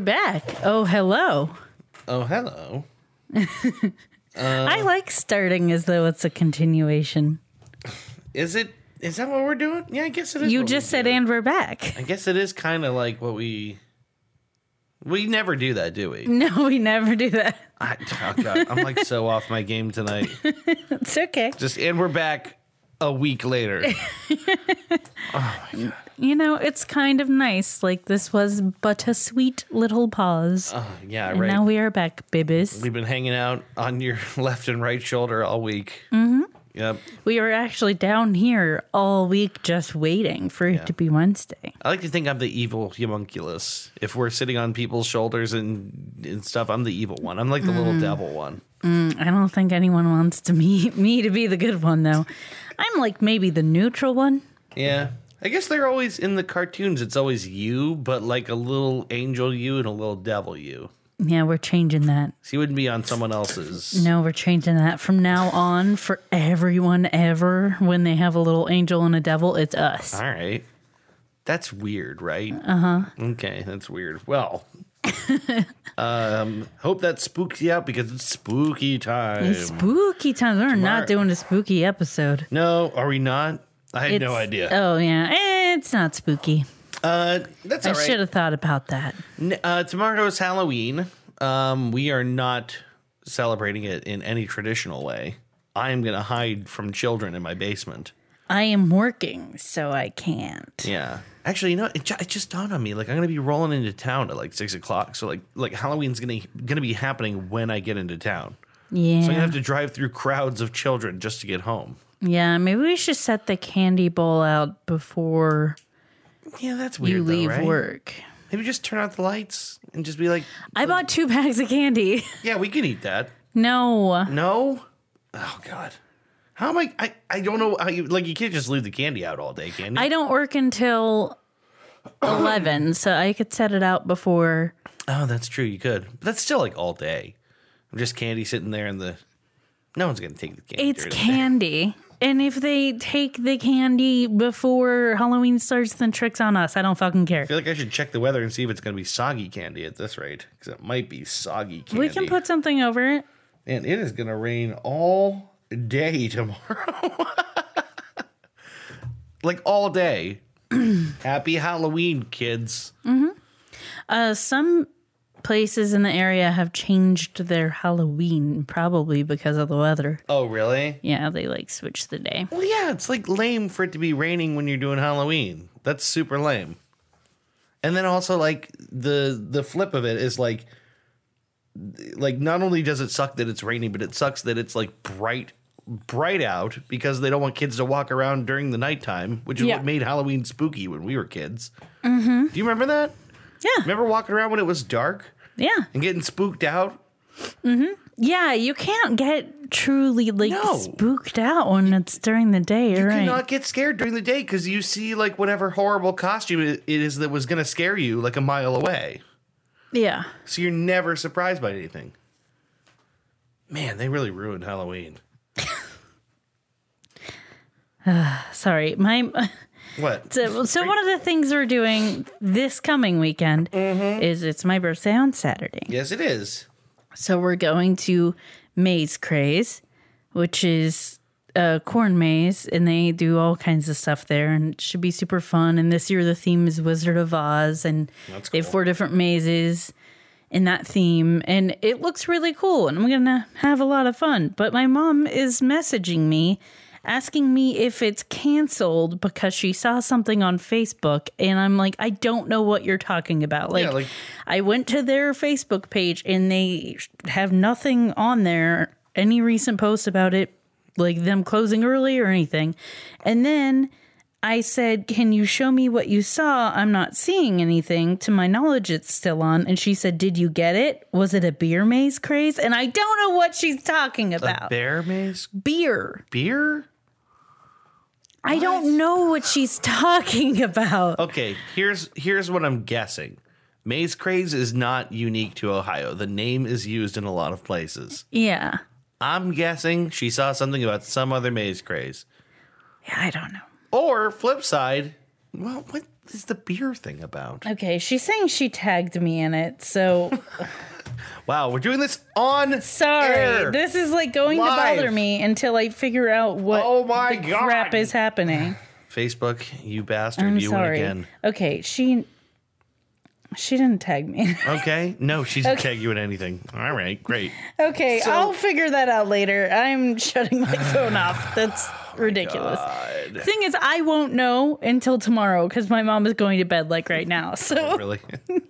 back. Oh, hello. Oh, hello. I like starting as though it's a continuation. Is it? Is that what we're doing? Yeah, I guess it is. You what we just said, do. and we're back. I guess it is kind of like what we. We never do that, do we? No, we never do that. I, oh God, I'm like so off my game tonight. It's okay. Just and we're back a week later. You know, it's kind of nice. Like, this was but a sweet little pause. Oh, yeah, and right. now we are back, Bibbis. We've been hanging out on your left and right shoulder all week. Mm-hmm. Yep. We were actually down here all week just waiting for it to be Wednesday. I like to think I'm the evil homunculus. If we're sitting on people's shoulders and and stuff, I'm the evil one. I'm like the little Mm-hmm. devil one. Mm, I don't think anyone wants to meet me to be the good one, though. I'm like maybe the neutral one. Yeah. I guess they're always in the cartoons. It's always you, but like a little angel you and a little devil you. Yeah, we're changing that. So you wouldn't be on someone else's. No, we're changing that from now on for everyone ever. When they have a little angel and a devil, it's us. All right. That's weird, right? Uh Uh-huh. huh. Okay, that's weird. Well, um, hope that spooks you out because it's spooky time. It's spooky times. We're not doing a spooky episode. no, are we not? I had no It's- idea. Oh yeah, Eh, it's not spooky. Uh, that's all I right. should have thought about that. N- Uh, tomorrow is Halloween. Um, we are not celebrating it in any traditional way. I am going to hide from children in my basement. I am working, so I can't. Yeah. Actually, you know, it, ju- it just dawned on me. Like, I'm gonna be rolling into town at like six o'clock. So like, like Halloween's gonna gonna be happening when I get into town. Yeah, So I'm gonna have to drive through crowds of children just to get home. yeah. Maybe we should set the candy bowl out before Yeah, that's weird. you though, leave right? work. Maybe just turn out the lights and just be like, I bought two bags of candy. yeah, we can eat that. no, No. Oh God. How am I? I, I don't know. How you, like you can't just leave the candy out all day, can you? I don't work until eleven, so I could set it out before. oh, that's true. You could. But that's still like all day. I'm just candy sitting there in the. No one's gonna take the candy. It's during the day. candy. And if they take the candy before Halloween starts, then tricks on us. I don't fucking care. I feel like I should check the weather and see if it's going to be soggy candy at this rate because it might be soggy candy. We can put something over it. and it is going to rain all day tomorrow, like all day. Happy Halloween, kids! Uh, some places in the area have changed their Halloween, probably because of the weather. Oh, really? Yeah, they like switch the day. Well, yeah. It's like lame for it to be raining when you're doing Halloween. That's super lame. And then also like the the flip of it is like like not only does it suck that it's raining, but it sucks that it's like bright bright out because they don't want kids to walk around during the nighttime, which is Yeah. what made Halloween spooky when we were kids. Do you remember that? Yeah. Remember walking around when it was dark Yeah. and getting spooked out? Yeah, you can't get truly like No. spooked out when it's during the day, You right? cannot get scared during the day because you see like whatever horrible costume it it is that was going to scare you like a mile away. yeah. So you're never surprised by anything. Man, they really ruined Halloween. Sorry. My What? So, so one of the things we're doing this coming weekend is it's my birthday on Saturday. yes, it is. So we're going to Maze Craze, which is a corn maze, and they do all kinds of stuff there, and it should be super fun. And this year the theme is Wizard of Oz, and they have cool. four different mazes in that theme, and it looks really cool. And I'm gonna have a lot of fun. But my mom is messaging me. Asking me if it's canceled because she saw something on Facebook, and I'm like, I don't know what you're talking about. Like, Yeah, like- I went to their Facebook page and they have nothing on there, any recent posts about it, like them closing early or anything. And then I said, Can you show me what you saw? I'm not seeing anything. To my knowledge, it's still on. And she said, Did you get it? Was it a beer maze craze? And I don't know what she's talking about. Bear maze? beer. Beer? I don't know what she's talking about. Okay, here's here's what I'm guessing. Maze craze is not unique to Ohio. The name is used in a lot of places. Yeah. I'm guessing she saw something about some other maze craze. Yeah, I don't know. Or flip side, well, what what is the beer thing about? Okay, she's saying she tagged me in it, so Wow, we're doing this on sorry. air. This is like going to Live. bother me until I figure out what Oh my the God. crap is happening. Facebook, you bastard, I'm you sorry. win again. Okay, she she didn't tag me. Okay, no, she didn't tag you in anything. All right, great. okay, So- I'll figure that out later. I'm shutting my phone off. That's ridiculous. Oh God, Thing is, I won't know until tomorrow because my mom is going to bed like right now. So really. Oh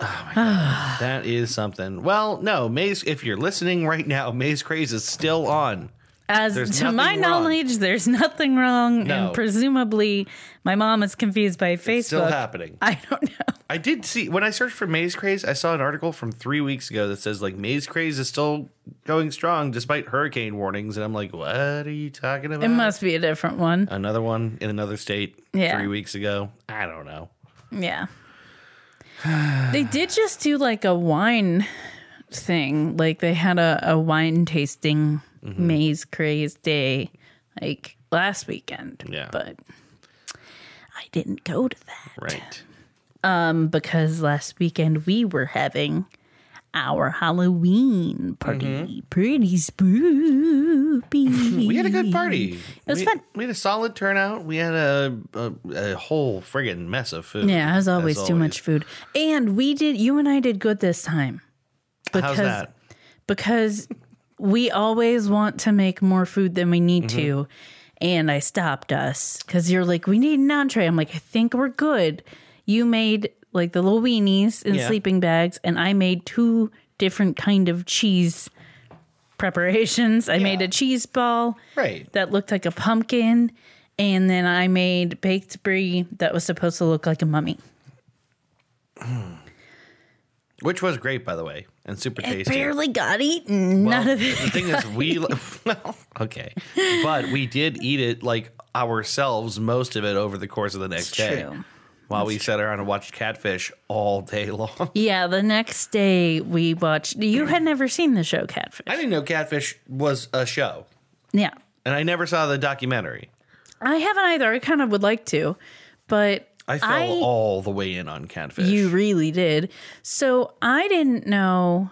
my God. That is something. Well, no, Maze. If you're listening right now, Maze Craze is still on. As There's to my nothing wrong. knowledge, there's nothing wrong, No. and presumably my mom is confused by Facebook. It's still happening. I don't know. I did see when I searched for Maze Craze, I saw an article from three weeks ago that says like Maze Craze is still going strong despite hurricane warnings, and I'm like, what are you talking about? It must be a different one. Another one in another state Yeah. three weeks ago. I don't know. Yeah. they did just do like a wine thing. Like they had a, a wine tasting Mm-hmm. maze craze day like last weekend. Yeah. But I didn't go to that Right. um, because last weekend we were having our Halloween party. Pretty spoopy. Mm-hmm. We had a good party. It was we, fun. We had a solid turnout. We had a a, a whole friggin' mess of food. Yeah, as always, too much food. And we did. You and I did good this time. How's that? Because we always want to make more food than we need Mm-hmm. to. And I stopped us because you're like, we need an entree. I'm like, I think we're good. You made like the little weenies in Yeah. sleeping bags, and I made two different kind of cheese preparations. I made a cheese ball Right. that looked like a pumpkin, and then I made baked brie that was supposed to look like a mummy. Which was great, by the way, and super tasty. barely got eaten. Well, None of it. The thing is, we well, okay, but we did eat it like ourselves most of it over the course of the next day. true. While we sat around and watched catfish all day long. Yeah, the next day we watched. You had never seen the show Catfish. I didn't know catfish was a show, yeah, and I never saw the documentary. I haven't either. I kind of would like to, but I fell all the way in on catfish. You really did. So I didn't know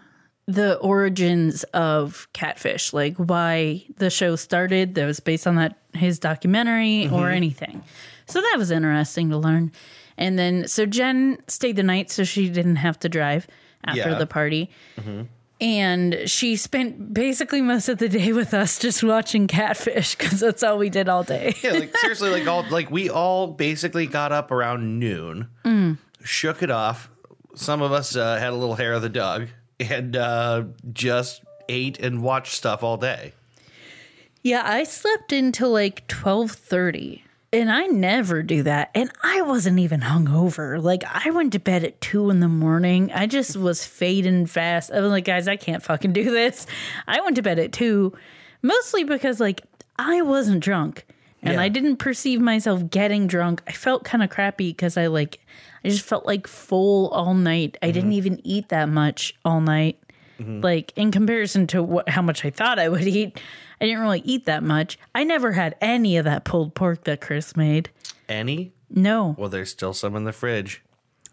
the origins of Catfish, like why the show started. That was based on that his documentary or anything. So that was interesting to learn. And then so Jen stayed the night, so she didn't have to drive after Yeah. the party. And she spent basically most of the day with us just watching Catfish because that's all we did all day. yeah, like seriously, like all like we all basically got up around noon, shook it off. Some of us uh, had a little hair of the dog, and uh, just ate and watched stuff all day. Yeah, I slept until like 12:30. And I never do that. And I wasn't even hungover. Like I went to bed at two in the morning. I just was fading fast. I was like, guys, I can't fucking do this. I went to bed at two, mostly because like I wasn't drunk. And Yeah. I didn't perceive myself getting drunk. I felt kind of crappy because I like I just felt like full all night. I didn't even eat that much all night Mm-hmm. like in comparison to what how much I thought I would eat. I didn't really eat that much. I never had any of that pulled pork that Chris made. Any? No, Well, there's still some in the fridge.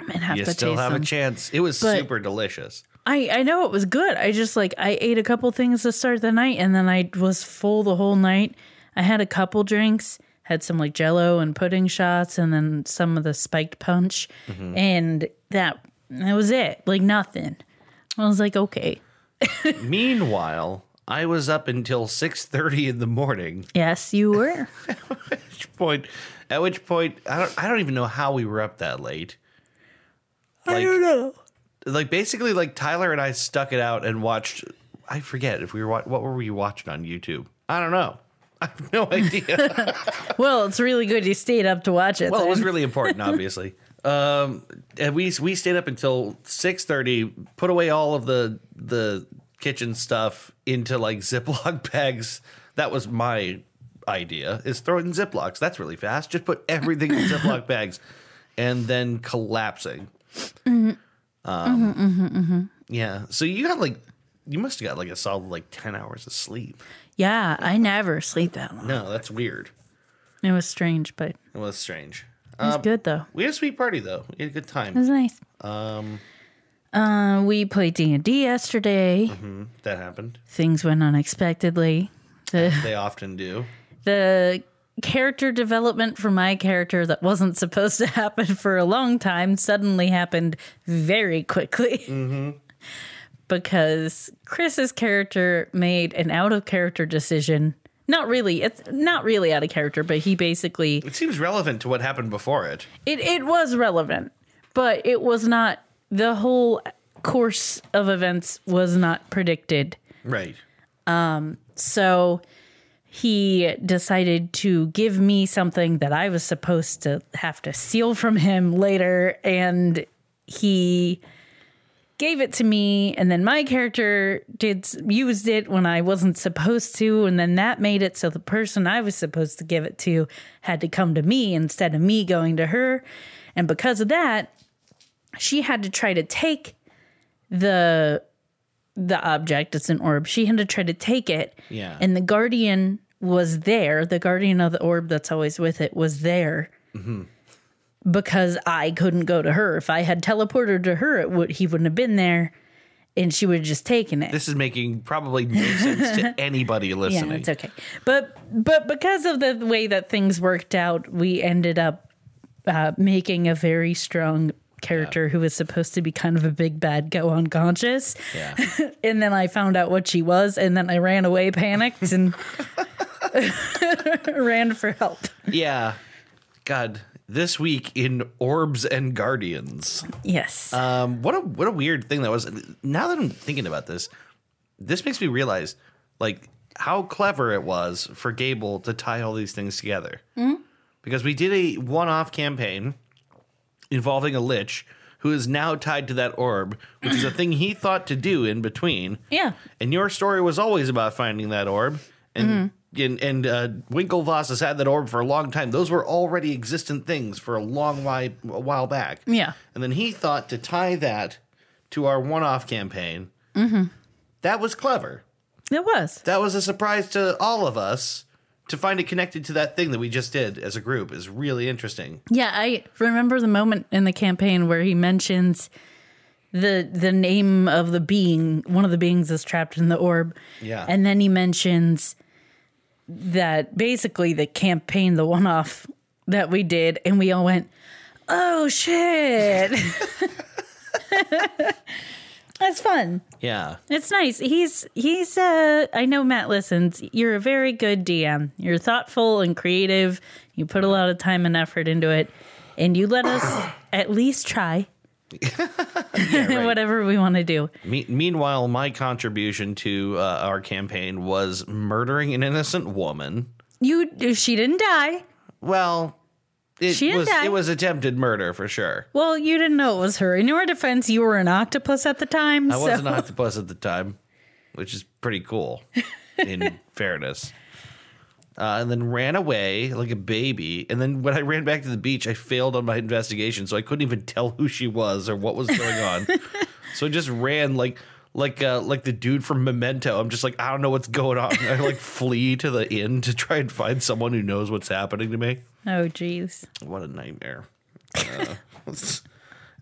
I'm gonna have You to still taste have them. a chance. It was But- super delicious. I I know it was good. I just like I ate a couple things to start the night, and then I was full the whole night. I had a couple drinks, had some like Jello and pudding shots, and then some of the spiked punch, Mm-hmm. and that that was it. Like nothing. I was like, okay, Meanwhile, I was up until six thirty in the morning. yes, you were. Which point, at which point, I don't, I don't even know how we were up that late. Like, know. like basically, like Tyler and I stuck it out and watched. I forget if we were wa- what were we watching on YouTube. I don't know. I have no idea. Well, it's really good you stayed up to watch it. well, Oh, it was then. really important, obviously. um, and we we stayed up until six thirty. Put away all of the the kitchen stuff into like Ziploc bags. That was my idea: is throw it in Ziplocs. That's really fast. Just put everything in Ziploc bags, and then collapsing. Um, Yeah. So you got like. You must have got like a solid like ten hours of sleep. yeah, I never sleep that long. No, that's weird. It was strange, but Well, that's strange. was good though. We had a sweet party though. We had a good It time. was nice. Um, Uh, we played D and D yesterday. that happened. Things went unexpectedly. The They often do. the character development for my character that wasn't supposed to happen for a long time suddenly happened very quickly. because Chris's character made an out of character decision. Not really. It's not really out of character, but he basically It seems relevant to what happened before it. it, it was relevant, but it was not the whole course of events was not predicted. Right. So he decided to give me something that I was supposed to have to steal from him later. And he gave it to me. And then my character did used it when I wasn't supposed to. And then that made it so the person I was supposed to give it to had to come to me instead of me going to her. And because of that, she had to try to take the the object it's an orb she had to try to take it Yeah. and the guardian was there the guardian of the orb that's always with it was there because i couldn't go to her if i had teleported to her it would he wouldn't have been there and she would have just taken it this is making probably no sense to anybody yeah listening. it's okay but but because of the way that things worked out we ended up uh, making a very strong character who was supposed to be kind of a big bad go unconscious yeah. and then I found out what she was, and then I ran away, panicked, and ran for help. Yeah. God, this week in Orbs and Guardians. Yes. Um, what a what a weird thing that was. Now that I'm thinking about this, this makes me realize like how clever it was for Gable to tie all these things together. Because we did a one-off campaign involving a lich who is now tied to that orb, which is a thing he thought to do in between. yeah. And your story was always about finding that orb. And and, and uh, Winklevoss has had that orb for a long time. Those were already existent things for a long while, a while back. Yeah. And then he thought to tie that to our one off campaign. Mm-hmm. That was clever. It was. That was a surprise to all of us. To find it connected to that thing that we just did as a group is really interesting. Yeah, I remember the moment in the campaign where he mentions the the name of the being, one of the beings is trapped in the orb. Yeah. And then he mentions that basically the campaign, the one off that we did, and we all went, Oh shit. That's fun. Yeah. It's nice. He's he's uh I know Matt listens. You're a very good DM. You're thoughtful and creative. You put a lot of time and effort into it and you let us at least try right. whatever we want to do. Me- meanwhile, my contribution to uh, our campaign was murdering an innocent woman. You she didn't die. Well, it She didn't was die. it was attempted murder for sure. Well, you didn't know it was her. In your defense, you were an octopus at the time. I so was an octopus at the time, which is pretty cool, in fairness. Uh, and then ran away like a baby. And then when I ran back to the beach, I failed on my investigation, so I couldn't even tell who she was or what was going on. so I just ran like like uh, like the dude from Memento. I'm just like I don't know what's going on. I like flee to the inn to try and find someone who knows what's happening to me. Oh jeez. What a nightmare. Uh,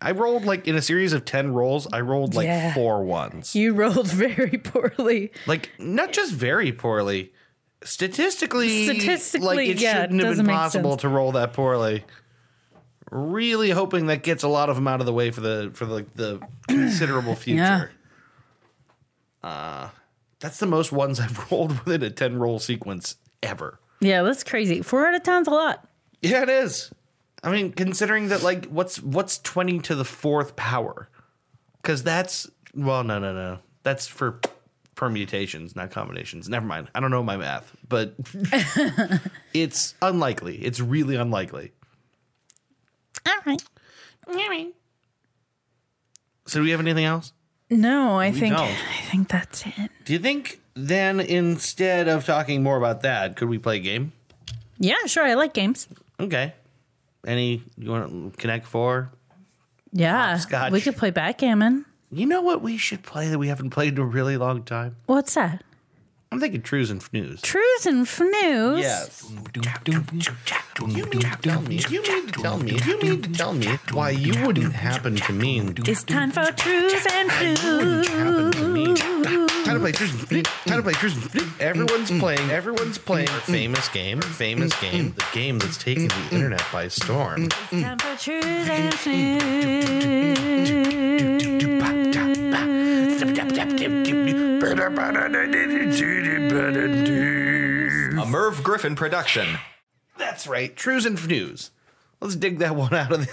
I rolled like in a series of 10 rolls, I rolled like Yeah. four ones. You rolled very poorly. Like, not just very poorly, statistically, like Statistically, it yeah, it shouldn't have doesn't been make possible sense. to roll that poorly. Really hoping that gets a lot of them out of the way for the for like the considerable future. Yeah. Uh that's the most ones I've rolled within a 10 roll sequence ever. Yeah, that's crazy. Four out of ten's a lot. Yeah, it is. I mean, considering that, like, what's what's twenty to the fourth power? Because that's well, no, no, no. That's for permutations, not combinations. Never mind. I don't know my math, but it's unlikely. It's really unlikely. All right. So, do we have anything else? No, I think don't. I think that's it. Do you think then instead of talking more about that, could we play a game? Yeah, sure. I like games. Okay. Any you want to connect four? Yeah. Hopscotch. We could play backgammon. You know what we should play that we haven't played in a really long time? What's that? I'm thinking trues and news. Trues and fnews. Yes. You mean to tell me? You mean to tell me? You mean to tell me why you wouldn't happen to me? It's time for trues and Happen to me. fnews. Time to play trues and fnews. Time to play trues and fnews. Everyone's playing. Everyone's playing our famous game. Our famous game. The game that's taking the internet by storm. It's time for trues and mm, fnews. mm, A Merv Griffin production. That's right. Trues and fnews. Let's dig that one out of the.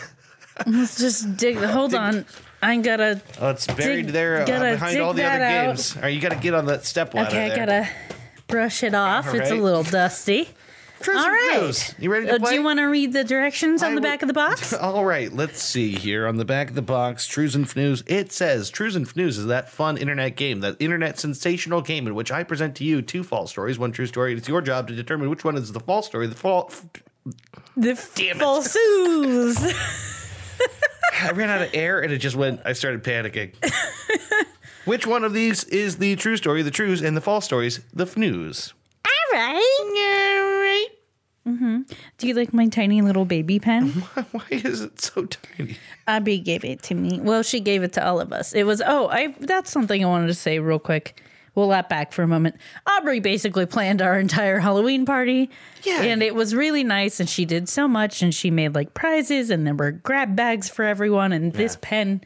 Let's just dig. Hold on. I gotta. Oh, it's buried Dig- there uh, gotta behind dig all the that other out. games. All right, you got to get on that step ladder. Okay, I there. gotta brush it off. It's a right. little dusty. Trues All and right. fnews. You ready to Uh, play? Do you want to read the directions on I the will- back of the box? All right, let's see here. On the back of the box, Trues and Fnews, it says Trues and Fnews is that fun internet game, that internet sensational game in which I present to you two false stories, one true story. It's your job to determine which one is the false story. The false. The falsos. I ran out of air and it just went, I started panicking. which one of these is the true story, the trues, and the false stories, the Fnews? All right. Mm-hmm. Do you like my tiny little baby Mm-hmm. pen? Why is it so tiny? Abby gave it to me. Well, she gave it to all of us. It was oh, I that's something I wanted to say real quick. We'll lap back for a moment. Aubrey basically planned our entire Halloween party. Yeah. And it was really nice and she did so much and she made like prizes and there were grab bags for everyone and this pen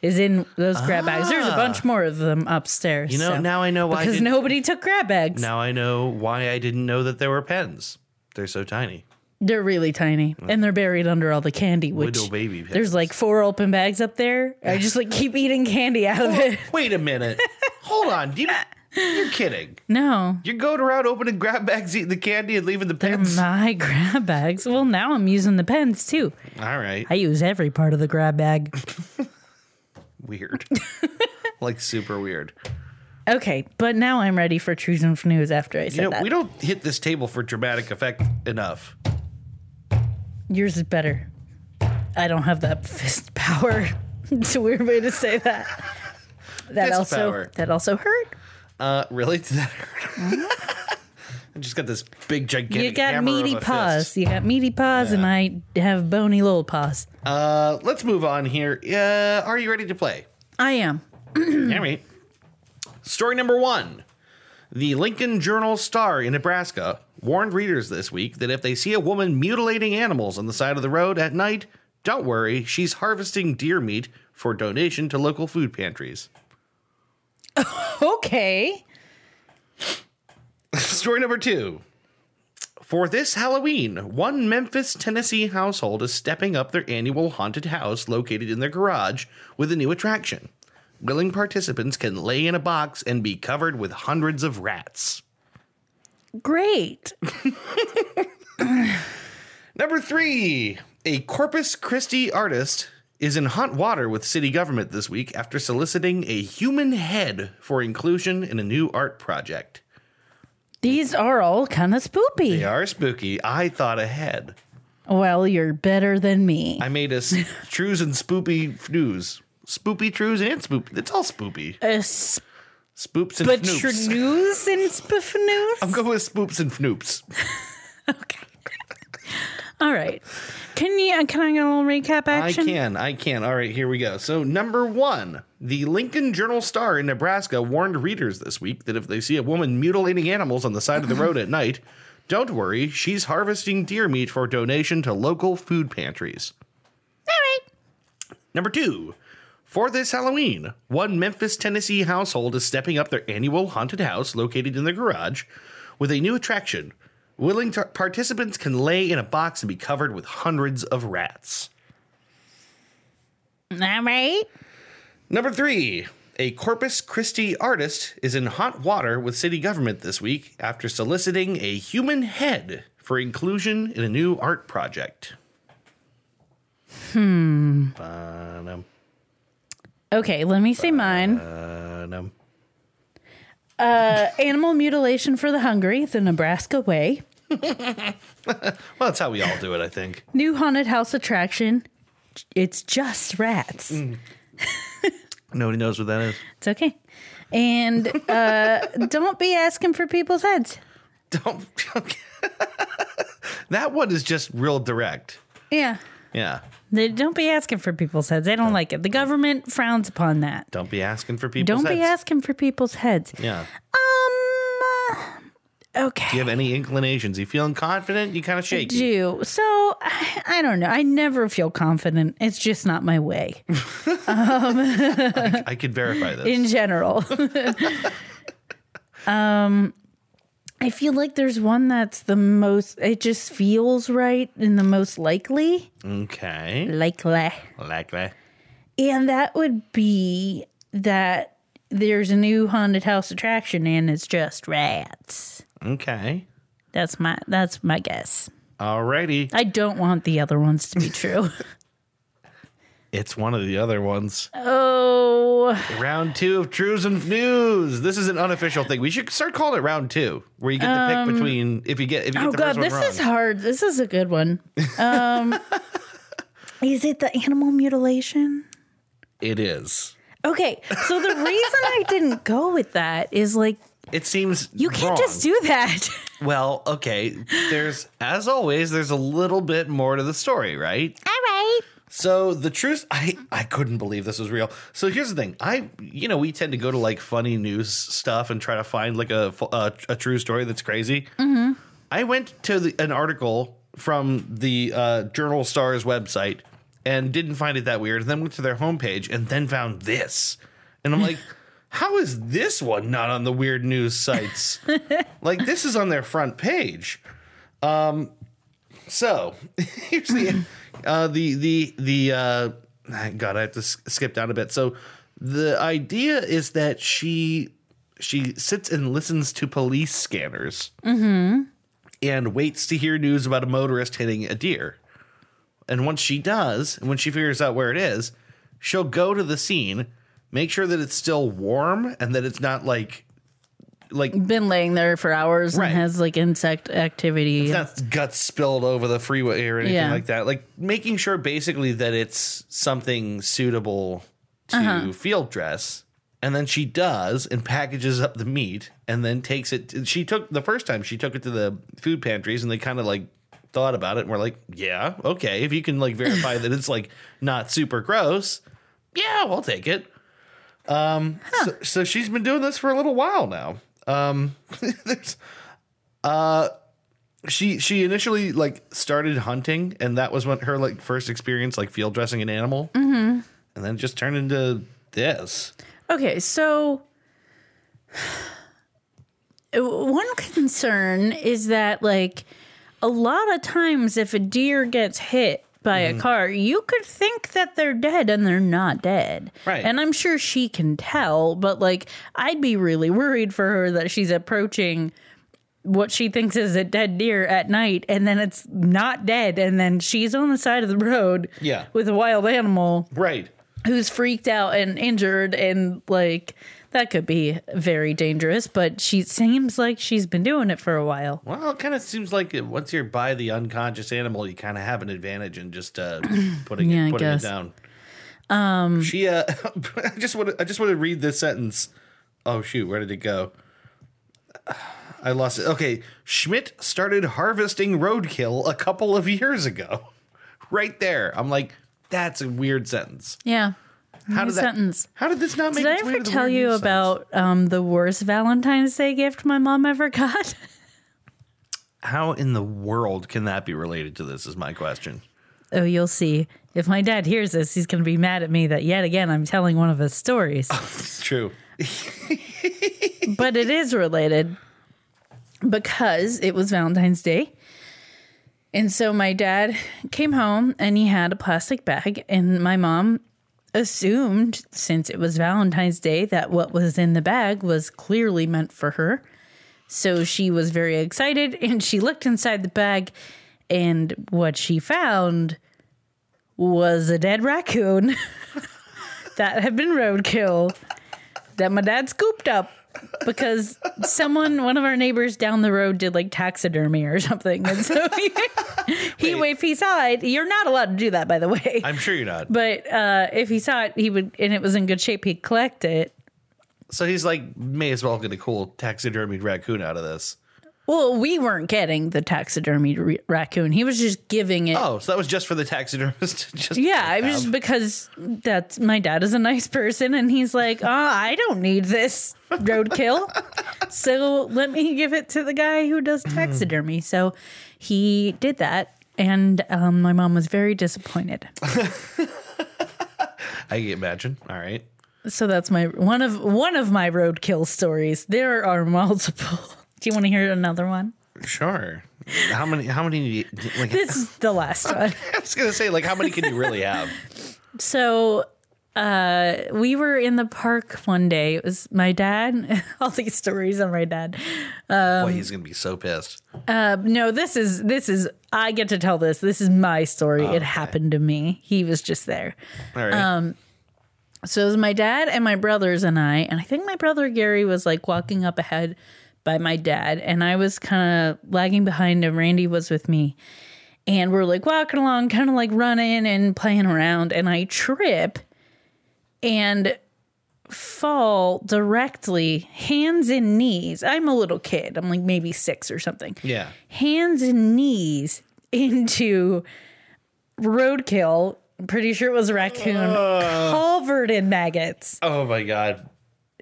is in those grab bags. There's a bunch more of them upstairs. Ah. You know, so- now I know why I because didn't- nobody took grab bags. Now I know why I didn't know that there were pens. They're so tiny. They're really tiny, and they're buried under all the candy. Which Widow baby pins. There's like four open bags up there. I just like keep eating candy out of it. Wait a minute. Hold on. You, you're kidding. No, You're going around opening grab bags, eating the candy, and leaving the pens. my grab bags. Well, now I'm using the pens too. All right. I use every part of the grab bag. Weird. like super weird. Okay, but now I'm ready for trues and fnews after I said You know, that. we don't hit this table for dramatic effect enough. Yours is better. I don't have that fist power. it's a weird way to say that. That Fist also power. that also hurt. Uh, really? Did that hurt? I just got this big gigantic. Uh-huh. You got hammer meaty of a paws. fist. You got meaty paws, and I have bony little paws. Uh, let's move on here. Uh, are you ready to play? I am. Yeah, right. Story number one. The Lincoln Journal Star in Nebraska warned readers this week that if they see a woman mutilating animals on the side of the road at night, don't worry, she's harvesting deer meat for donation to local food pantries. Okay. Story number two. For this Halloween, one Memphis, Tennessee household is stepping up their annual haunted house located in their garage with a new attraction. Willing participants can lay in a box and be covered with hundreds of rats. Great. Number three, a Corpus Christi artist is in hot water with city government this week after soliciting a human head for inclusion in a new art project. These are all kind of They spoopy. are spooky. I thought ahead. Well, you're better than me. I made us trues and spoopy news. Spoopy trues and spoopy. It's all spoopy. Uh, Spoops and fnoops. Spatchanoos and I'm Spiffanoos? going with spoops and fnoops. Okay. all right. Can you? uh, Can I get a little recap I action? can. I can. All right, here we go. So, number one, the Lincoln Journal Star in Nebraska warned readers this week that if they see a woman mutilating animals on the side of the road at night, don't worry, she's harvesting deer meat for donation to local food pantries. All right. Number two, for this Halloween, one Memphis, Tennessee household is stepping up their annual haunted house located in their garage with a new attraction. Willing tar- participants can lay in a box and be covered with hundreds of rats. All right. Number three, a Corpus Christi artist is in hot water with city government this week after soliciting a human head for inclusion in a new art project. Hmm. Ba-dum, Okay. Let me see mine. Uh. ba-dum. Animal mutilation for the hungry, the Nebraska way. Well, that's how we all do it, I think. New haunted house attraction. It's just rats. Mm. Nobody knows what that is. It's okay. And uh, don't be asking for people's heads. Don't. that one is just real direct. Yeah. Yeah. They don't be asking for people's heads. They don't like it. The government frowns upon that. Don't be asking for people's Don't be heads. asking for people's heads. Yeah. Um. uh, okay. Do you have any inclinations? You feeling confident? You kind of shaky. do. So I, I don't know. I never feel confident. It's just not my way I could verify this. in general. um, I feel like there's one that's the most. It just feels right and the most likely. okay. Likely, Likely. and that would be that there's a new haunted house attraction and it's just rats. Okay. That's my that's my guess. Alrighty. I don't want the other ones to be true. It's one of the other ones. oh. Round two of Trues and News. This is an unofficial thing. We should start calling it round two, where you get to pick between if you get if you get Um, Oh the first god, one this is wrong. hard. This is a good one. Um, is it the animal mutilation? it is. Okay, so the reason I didn't go with that is like It seems you can't just do that. Well, okay. There's as always, there's a little bit more to the story, right? All right. So the truth, I I couldn't believe this was real. So here's the thing, I you know we tend to go to like funny news stuff and try to find like a fu- a, a true story that's crazy. I went to the, an article from the uh, Journal Star's website and didn't find it that weird. And then went to their homepage and then found this, and I'm like, how is this one not on the weird news sites? like this is on their front page. So here's the uh, the the the uh, God, I have to s- skip down a bit. So the idea is that she she sits and listens to police scanners and waits to hear news about a motorist hitting a deer. And once she does, and when she figures out where it is, she'll go to the scene, make sure that it's still warm and that it's not like like Been laying there for hours Right. and has like insect activity. that's guts spilled over the freeway or anything Yeah. like that. Like making sure basically that it's something suitable to field dress. And then she does and packages up the meat and then takes it. She took the first time she took it to the food pantries and they kind of like thought about it and were like, yeah, okay. If you can like verify that it's like not super gross, yeah, we'll take it. Um, so, so she's been doing this for a little while now. Um, there's, she she initially like started hunting and that was when her like first experience like field dressing an animal mm-hmm. and then it just turned into this Okay, so one concern is that like a lot of times if a deer gets hit by Mm-hmm. a car, you could think that they're dead and they're not dead. Right. And I'm sure she can tell, but like I'd be really worried for her that she's approaching what she thinks is a dead deer at night and then it's not dead and then she's on the side of the road Yeah. with a wild animal right who's freaked out and injured and like that could be very dangerous but she seems like she's been doing it for a while well it kind of seems like it- once you're by the unconscious animal you kind of have an advantage in just uh putting Yeah, I it putting guess. it down um she uh i just want to i just want to read this sentence oh shoot where did it go i lost it okay schmidt started harvesting roadkill a couple of years ago right there i'm like that's a weird sentence yeah How did that? sentence. How did this not make? did i its way ever to the tell weird you news about um, the worst valentine's day gift my mom ever got sites? How in the world can that be related to this? Is my question. oh you'll see if my dad hears this he's going to be mad at me that yet again i'm telling one of his stories It's true. but it is related because it was Valentine's Day. And so my dad came home and he had a plastic bag, and my mom assumed since it was Valentine's Day that what was in the bag was clearly meant for her. So she was very excited and she looked inside the bag, and what she found was a dead raccoon that had been roadkill that my dad scooped up because someone, one of our neighbors down the road, did like taxidermy or something. And so he, he Wait. if he saw it, you're not allowed to do that, by the way. I'm sure you're not. But uh, if he saw it, he would, and it was in good shape, he'd collect it. So he's like, may as well get a cool taxidermied raccoon out of this. Well, we weren't getting the taxidermy re- raccoon. He was just giving it. Oh, so that was just for the taxidermist. to just yeah, it have. was just because that's my dad is a nice person, and he's like, oh, I don't need this roadkill, so let me give it to the guy who does taxidermy. So he did that, and um, my mom was very disappointed. I can imagine. All right. So that's my one of one of my roadkill stories. There are multiple. Do you want to hear another one? Sure. How many? How many? do you- Like, This is the last one. I was gonna say, like, how many can you really have? So uh, we were in the park one day. It was my dad. All these stories on my dad. Um, Boy, he's gonna be so pissed. No, this is this is I get to tell this. This is my story. it happened to me. He was just there. All right. um, So it was my dad and my brothers and I, and I think my brother Gary was like walking up ahead by my dad, and I was kind of lagging behind, and Randy was with me. And we're like walking along, kind of like running and playing around, and I trip and fall directly, hands and knees. I'm a little kid, I'm like maybe six or something yeah. hands and knees into roadkill. Pretty sure it was a raccoon covered in maggots. Oh my god.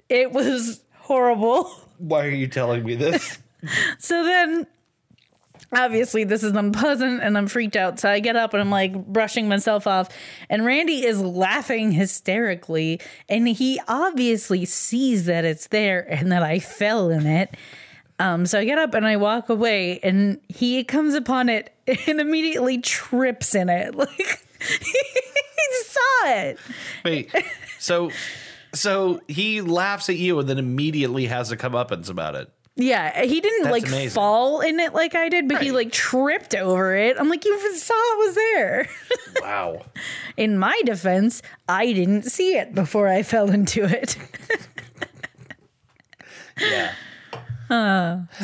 It was horrible. Why are you telling me this? So then, obviously, this is unpleasant and I'm freaked out. So I get up and I'm like brushing myself off. And Randy is laughing hysterically. And he obviously sees that it's there and that I fell in it. Um, so I get up and I walk away, and he comes upon it and immediately trips in it. Like, he saw it. Wait. So, so he laughs at you and then immediately has a comeuppance about it. Yeah, he didn't That's like amazing. fall in it like I did, but he Right. like tripped over it. I'm like, you saw it was there. Wow. In my defense, I didn't see it before I fell into it. Yeah.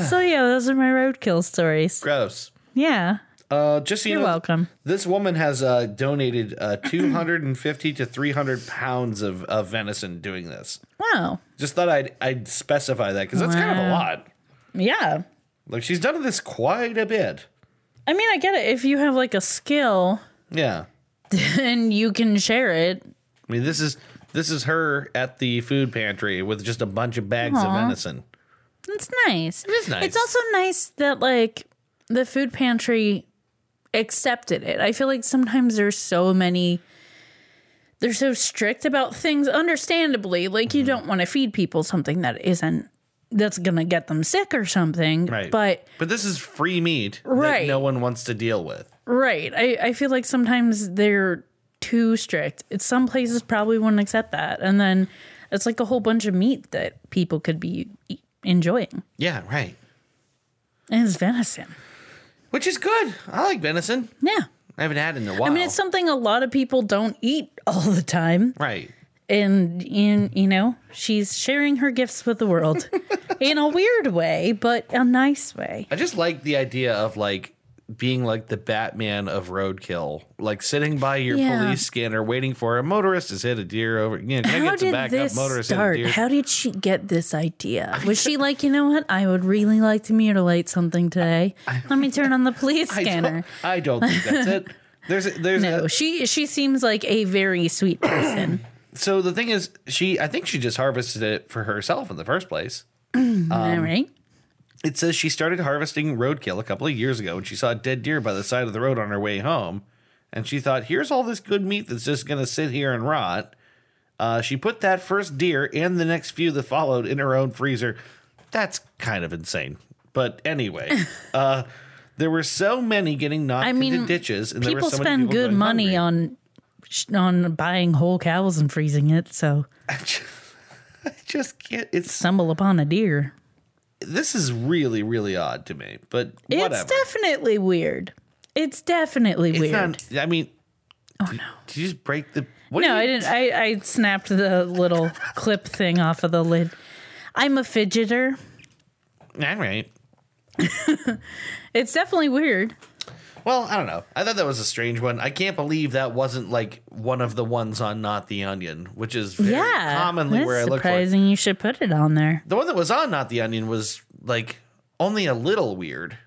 so yeah, those are my roadkill stories. Gross. Yeah, Uh, just so you you're know, welcome. This woman has uh, donated uh, 250 to 300 pounds of, of venison doing this. Wow. Just thought I'd I'd specify that because that's kind of a Wow. lot. Yeah. Like she's done this quite a bit. I mean, I get it. If you have like a skill Yeah, and you can share it, I mean this is this is her at the food pantry with just a bunch of bags of venison. it's nice. It is nice. It's also nice that like the food pantry accepted it. I feel like sometimes there's so many they're so strict about things understandably like Mm-hmm. you don't want to feed people something that isn't that's going to get them sick or something Right, but but this is free meat that Right. no one wants to deal with. Right. I, I feel like sometimes they're too strict. It's, some places probably wouldn't accept that. And then it's like a whole bunch of meat that people could be e- enjoying. Yeah, right. And it's venison. Which is good. I like venison. Yeah. I haven't had it in a while. I mean, it's something a lot of people don't eat all the time. right. And, in, you know, she's sharing her gifts with the world in a weird way, but a nice way. I just like the idea of like being like the Batman of roadkill, like sitting by your Yeah. police scanner waiting for a motorist has hit a deer over. You know, can I How get some did back up? this Motorist hit a start? deer. How did she get this idea? Was she like, you know what? I would really like to mutilate something today. Let me turn on the police I don't- scanner. I don't, think that's it. There's there's No, she she seems like a very sweet person. so the thing is she I think she just harvested it for herself in the first place. Um, All right. It says she started harvesting roadkill a couple of years ago when she saw a dead deer by the side of the road on her way home. And she thought, here's all this good meat that's just going to sit here and rot. Uh, she put that first deer and the next few that followed in her own freezer. That's kind of insane. But anyway, uh, there were so many getting knocked into mean, ditches. And there were People so many spend people good going money hungry. on sh on on buying whole cows and freezing it. So I just, I just can't. It's stumble upon a deer. this is really really odd to me. But whatever. It's definitely weird. It's definitely It's weird. not- I mean, oh no! Did you just break the? What No, do you- I didn't. I, I snapped the little clip thing off of the lid. I'm a fidgeter. All right. It's definitely weird. Well, I don't know. I thought that was a strange one. I can't believe that wasn't like one of the ones on Not the Onion, which is very yeah, commonly that's where I look for. it. surprising. You should put it on there. The one that was on Not the Onion was like only a little weird,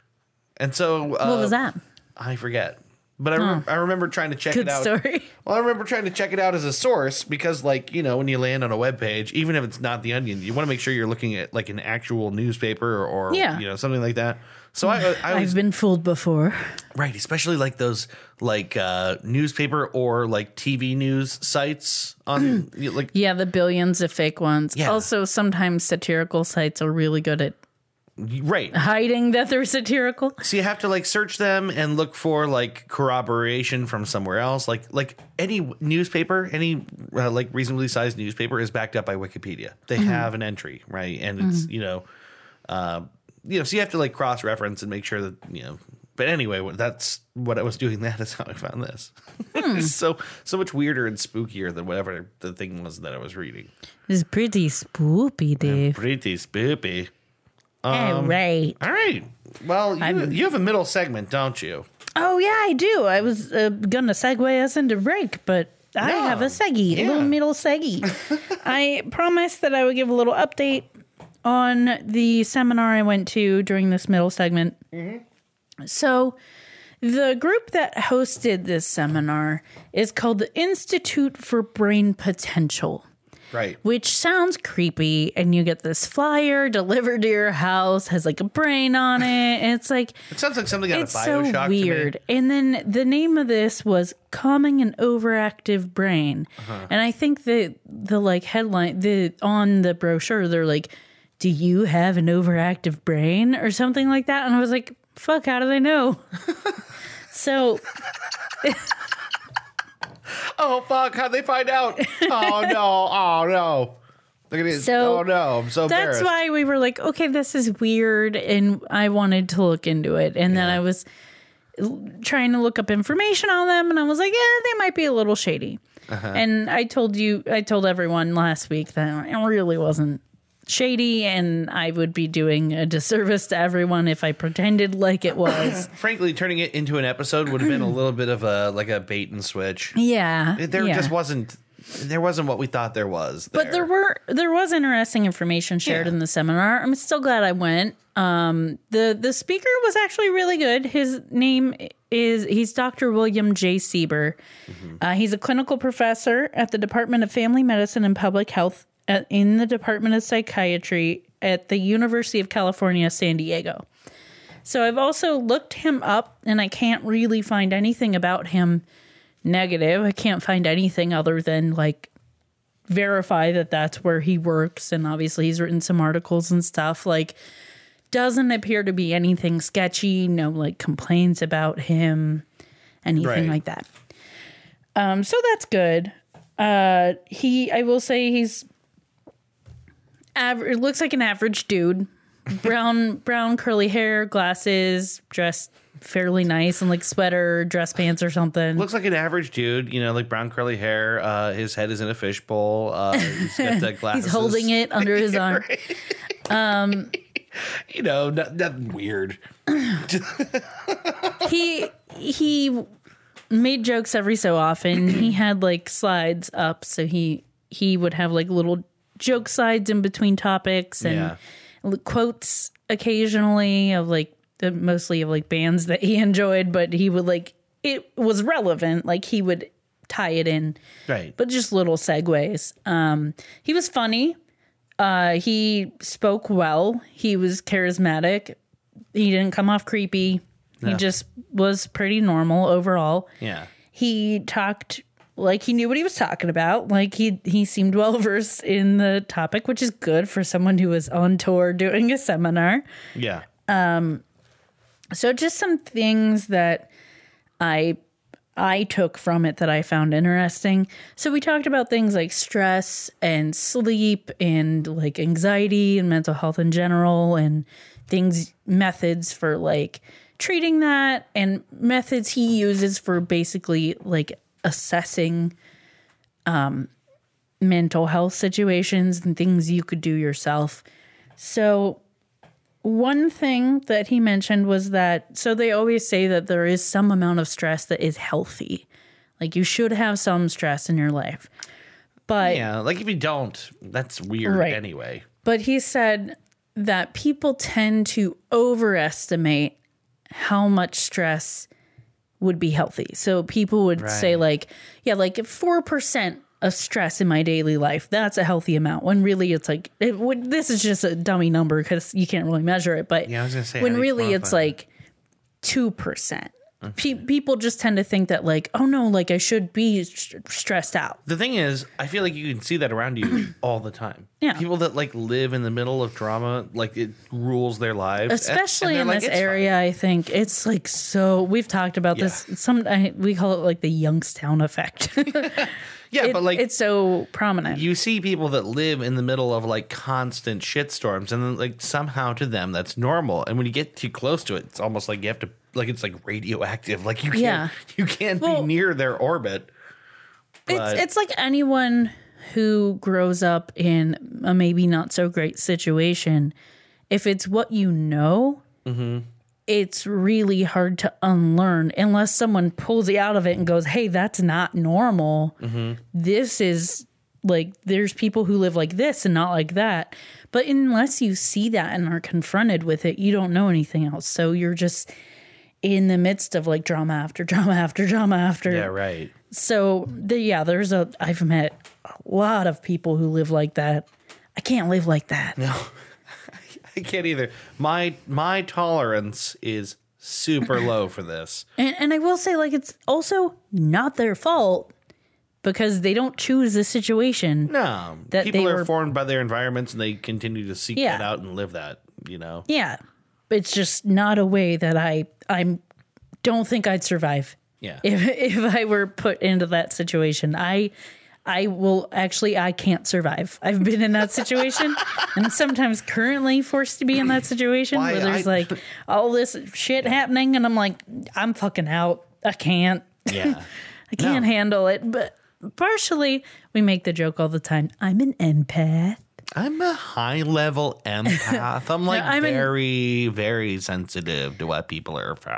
and so uh, what was that? I forget. But I, rem- I remember trying to check Good it out. story. Well, I remember trying to check it out as a source because, like, you know, when you land on a web page, even if it's not the Onion, you want to make sure you're looking at like an actual newspaper or, or Yeah. you know, something like that. So I, I was I've been fooled before. right, especially like those like uh, newspaper or like TV news sites on you know, like Yeah, the billions of fake ones. Yeah. Also, sometimes satirical sites are really good at right. hiding that they're satirical. So you have to like search them and look for like corroboration from somewhere else. Like like any newspaper, any uh, like reasonably sized newspaper is backed up by Wikipedia. They have an entry, right? And it's you know, uh, you know, so you have to like cross reference and make sure that you know. But anyway, what- that's what I was doing. That is how I found this. It's so so much weirder and spookier than whatever the thing was that I was reading. It's pretty spoopy, Dave. Pretty spooky. Um, All right. All right. Well, you, you have a middle segment, don't you? Oh yeah, I do. I was uh, gonna segue us into break, but I No. have a seggy, Yeah. a little middle seggy. I promised that I would give a little update on the seminar I went to during this middle segment. Mm-hmm. So, the group that hosted this seminar is called the Institute for Brain Potential Right. which sounds creepy and you get this flyer delivered to your house has like a brain on it and it's like It sounds like something out it's of so Bioshock. to me. weird and then the name of this was calming an overactive brain Uh-huh. and i think that the like headline the on the brochure they're like do you have an overactive brain or something like that and i was like fuck how do they know so Oh fuck! How'd they find out? Oh no! Oh no! Look at it. So, oh no! I'm so that's embarrassed. why we were like, okay, this is weird, and I wanted to look into it. And then I was l- trying to look up information on them, and I was like, yeah, they might be a little shady. Uh-huh. And I told you, I told everyone last week that it really wasn't shady, and I would be doing a disservice to everyone if I pretended like it was. Frankly, turning it into an episode would have been a little bit of a like a bait and switch. yeah, There yeah. just wasn't. There wasn't what we thought there was. But there were there was interesting information shared Yeah. in the seminar. I'm still glad I went. Um, the the speaker was actually really good. His name is he's Dr. William J. Sieber. Uh, he's a clinical professor at the Department of Family Medicine and Public Health at, in the Department of Psychiatry at the University of California, San Diego. So I've also looked him up, and I can't really find anything about him negative. I can't find anything other than like verify that that's where he works and obviously he's written some articles and stuff like doesn't appear to be anything sketchy no like complaints about him anything Right. like that um so that's good uh he i will say he's aver- it looks like an average dude brown brown curly hair glasses dressed fairly nice in like sweater dress pants or something Looks like an average dude, you know, like brown curly hair. Uh, his head is in a fishbowl. Uh, he's got the glasses. he's holding it under his arm You know, no- nothing weird. he he made jokes every so often. he had like slides up, so he he would have like little joke slides in between topics and Yeah. l quotes occasionally of like uh, mostly of like bands that he enjoyed, but he would like it was relevant. Like he would tie it in Right. but just little segues. Um, he was funny. Uh, he spoke well. He was charismatic. He didn't come off creepy. He just was pretty normal overall. yeah. He talked like he knew what he was talking about. Like he he seemed well versed in the topic, which is good for someone who was on tour doing a seminar. Yeah. So just some things that I I took from it that I found interesting. So we talked about things like stress and sleep and like anxiety and mental health in general and things methods for like treating that and methods he uses for basically like assessing um mental health situations and things you could do yourself. So One thing that he mentioned was that so they always say that there is some amount of stress that is healthy. Like you should have some stress in your life. But Yeah, like if you don't, that's weird Right. anyway. but he said that people tend to overestimate how much stress would be healthy. So people would say Right. like, yeah, like 4% of stress in my daily life. That's a healthy amount. When really it's like it would this is just a dummy number cuz you can't really measure it, but Yeah, I was gonna say, when how do you really it's quantify like 2%. Pe- people just tend to think that like, oh no, like I should be st- stressed out. The thing is, I feel like you can see that around you all the time. Yeah. People that like live in the middle of drama, like it rules their lives. and- and especially they're in like, this "It's fine." area i think it's like so we've talked about this some I, we call it like the youngstown effect Yeah, It- but like it's so prominent you see people that live in the middle of like constant shitstorms and then like somehow to them that's normal. And when you get too close to it, it's almost like you have to like it's like radioactive. Like you can't Yeah. you can't Well- be near their orbit. but- it's, it's like anyone who grows up in a maybe not so great situation if it's what you know Mm-hmm. it's really hard to unlearn unless someone pulls you out of it and goes hey that's not normal Mm-hmm. this is like there's people who live like this and not like that but unless you see that and are confronted with it you don't know anything else so you're just in the midst of like drama after drama after drama after Yeah, right. so the, yeah, there's a I've met a lot of people who live like that. I can't live like that. I can't either. My my tolerance is super low for this. And and I will say like it's also not their fault because they don't choose the situation. No, That people they are were- formed by their environments and they continue to seek Yeah. that out and live that. You know, Yeah. It's just not a way that I I'm don't think I'd survive yeah, if if I were put into that situation. I I will actually I can't survive. I've been in that situation and sometimes currently forced to be in that situation Why, where there's I- like all this shit happening and I'm like I'm fucking out. I can't. yeah. I can't No. handle it. But partially we make the joke all the time. I'm an empath. I'm a high level empath. I'm like I'm an- very, very sensitive to what people are for.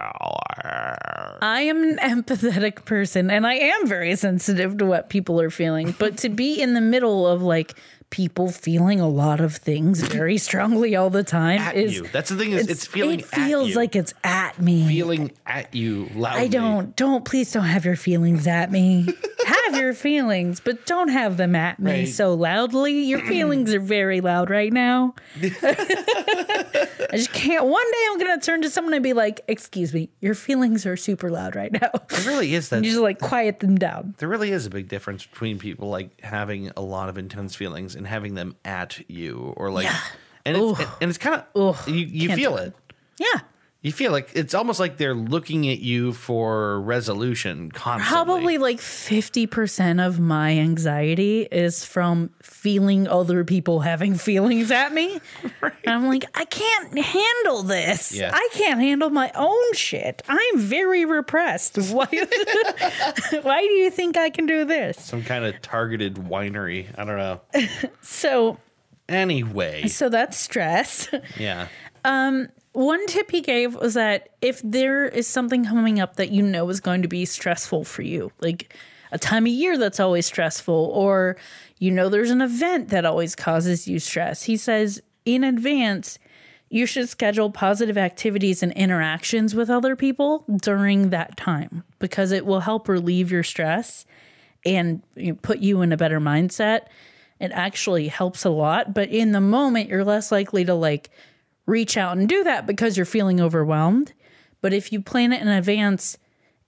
I am an empathetic person and I am very sensitive to what people are feeling. But to be in the middle of like people feeling a lot of things very strongly all the time At is you. That's the thing is, it's, feeling. it feels at you. like it's at me. feeling at you loudly. I don't don't please don't have your feelings at me. have your feelings, but don't have them at me Right. so loudly. Your feelings are very loud right now. I just can't. One day I'm gonna turn to someone and be like, "Excuse me, your feelings are super loud right now." There really is that. You just like quiet them down. there really is a big difference between people like having a lot of intense feelings and having them at you or like and it's, and it's kind of you, you Can't feel do it Yeah. you feel like it's almost like they're looking at you for resolution constantly Probably like 50% of my anxiety is from feeling other people having feelings at me. And I'm like, I can't handle this. Yeah. I can't handle my own shit. I'm very repressed. Why, why do you think I can do this? some kind of targeted winery i don't know So, anyway so that's stress. yeah One tip he gave was that if there is something coming up that you know is going to be stressful for you, like a time of year that's always stressful, or you know there's an event that always causes you stress, he says in advance, you should schedule positive activities and interactions with other people during that time because it will help relieve your stress and you know, put you in a better mindset. It actually helps a lot, but in the moment, you're less likely to like reach out and do that because you're feeling overwhelmed. But if you plan it in advance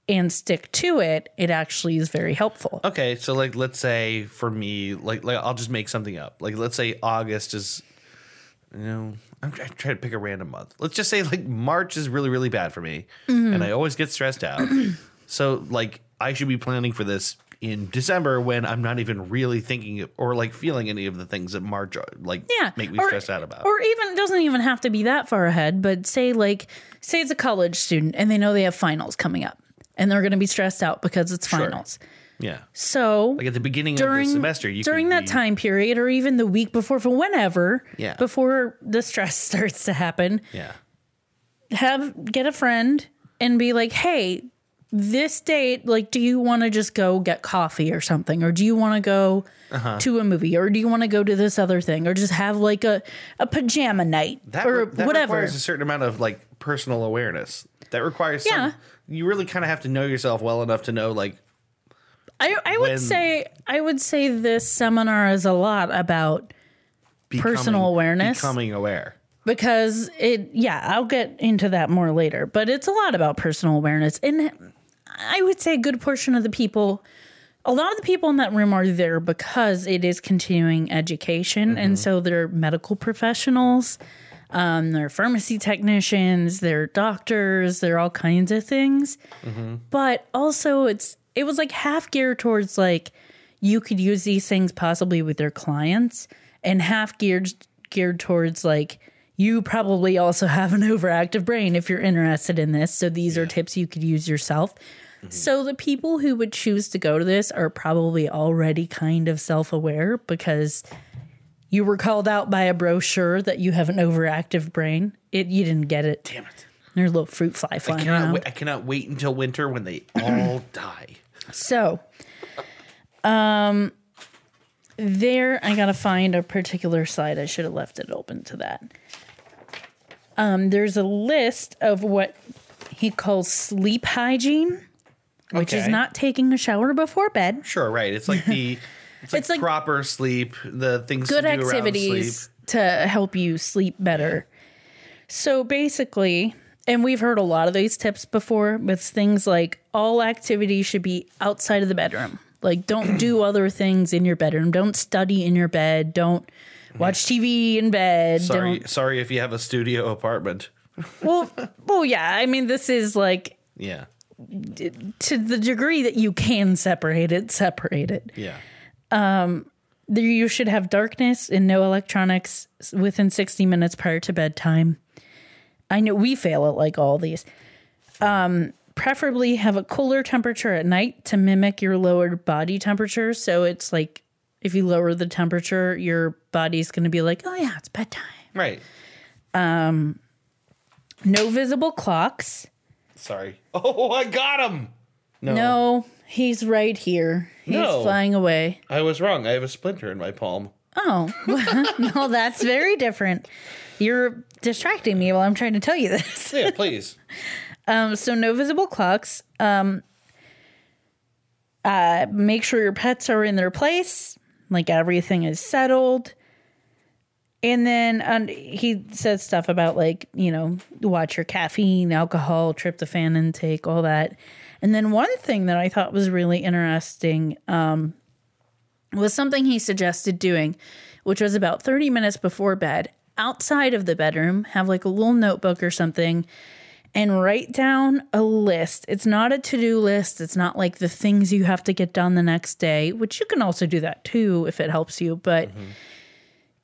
and stick to it, it actually is very helpful. okay so like let's say for me like, like i'll just make something up like let's say august is you know i'm try- trying to pick a random month let's just say like march is really really bad for me Mm-hmm. and i always get stressed out so like i should be planning for this in december when i'm not even really thinking or like feeling any of the things that march uh, like Yeah. make me or- stressed out about Or even it doesn't even have to be that far ahead, but say like say it's a college student and they know they have finals coming up and they're going to be stressed out because it's finals. Yeah. So Like at the beginning during of the semester, you during could that be- time period, or even the week before, for whenever, Yeah. before the stress starts to happen, Yeah. have get a friend and be like, hey, this date, like, do you want to just go get coffee or something, or do you want to go Uh-huh. to a movie, or do you want to go to this other thing, or just have like a a pajama night That, or re- that whatever? requires a certain amount of like personal awareness. That requires Yeah. some, you really kind of have to know yourself well enough to know like I, I would when- say I would say this seminar is a lot about becoming- Personal awareness. becoming aware. because it yeah i'll get into that more later but it's a lot about personal awareness and i would say a good portion of the people a lot of the people in that room are there because it is continuing education and so they're medical professionals um, they're pharmacy technicians they're doctors they're all kinds of things but also it's it was like half geared towards like you could use these things possibly with your clients and half geared geared towards like you probably also have an overactive brain if you're interested in this so these are tips you could use yourself Mm-hmm. so the people who would choose to go to this are probably already kind of self-aware because you were called out by a brochure that you have an overactive brain it you didn't get it damn it. there's a little fruit fly I flying cannot, around. wait, I cannot wait until winter when they all die. So, um, there I gotta find a particular slide. I should have left it open to that. Um, there's a list of what he calls sleep hygiene, which is Okay. not taking a shower before bed. Sure, right. It's like the it's like, It's like- proper sleep, the things to good do around sleep. activities to help you sleep better. So basically, and we've heard a lot of these tips before with things like all activities should be outside of the bedroom. Like don't do other things in your bedroom. Don't study in your bed. Don't watch TV in bed. Sorry, Don't, sorry if you have a studio apartment. well, well, yeah. I mean, this is like Yeah, to the degree that you can separate it, separate it. yeah, there you should have darkness and no electronics within 60 minutes prior to bedtime. I know we fail at like all these. Um, preferably have a cooler temperature at night to mimic your lower body temperature. So it's like if you lower the temperature, your body's going to be like, oh yeah, it's bedtime. right. No visible clocks. Sorry. Oh, I got him. No, No, he's right here. He's No. flying away. I was wrong. I have a splinter in my palm. Oh, no, that's very different. You're distracting me while I'm trying to tell you this. Yeah, please. Um, so no visible clocks. Um, uh, make sure your pets are in their place, like everything is settled. And then um, he says stuff about like you know watch your caffeine, alcohol, tryptophan intake, all that. And then one thing that I thought was really interesting um, was something he suggested doing, which was about thirty minutes before bed, outside of the bedroom, have like a little notebook or something, and write down a list. It's not a to do list. It's not like the things you have to get done the next day, which you can also do that too if it helps you. But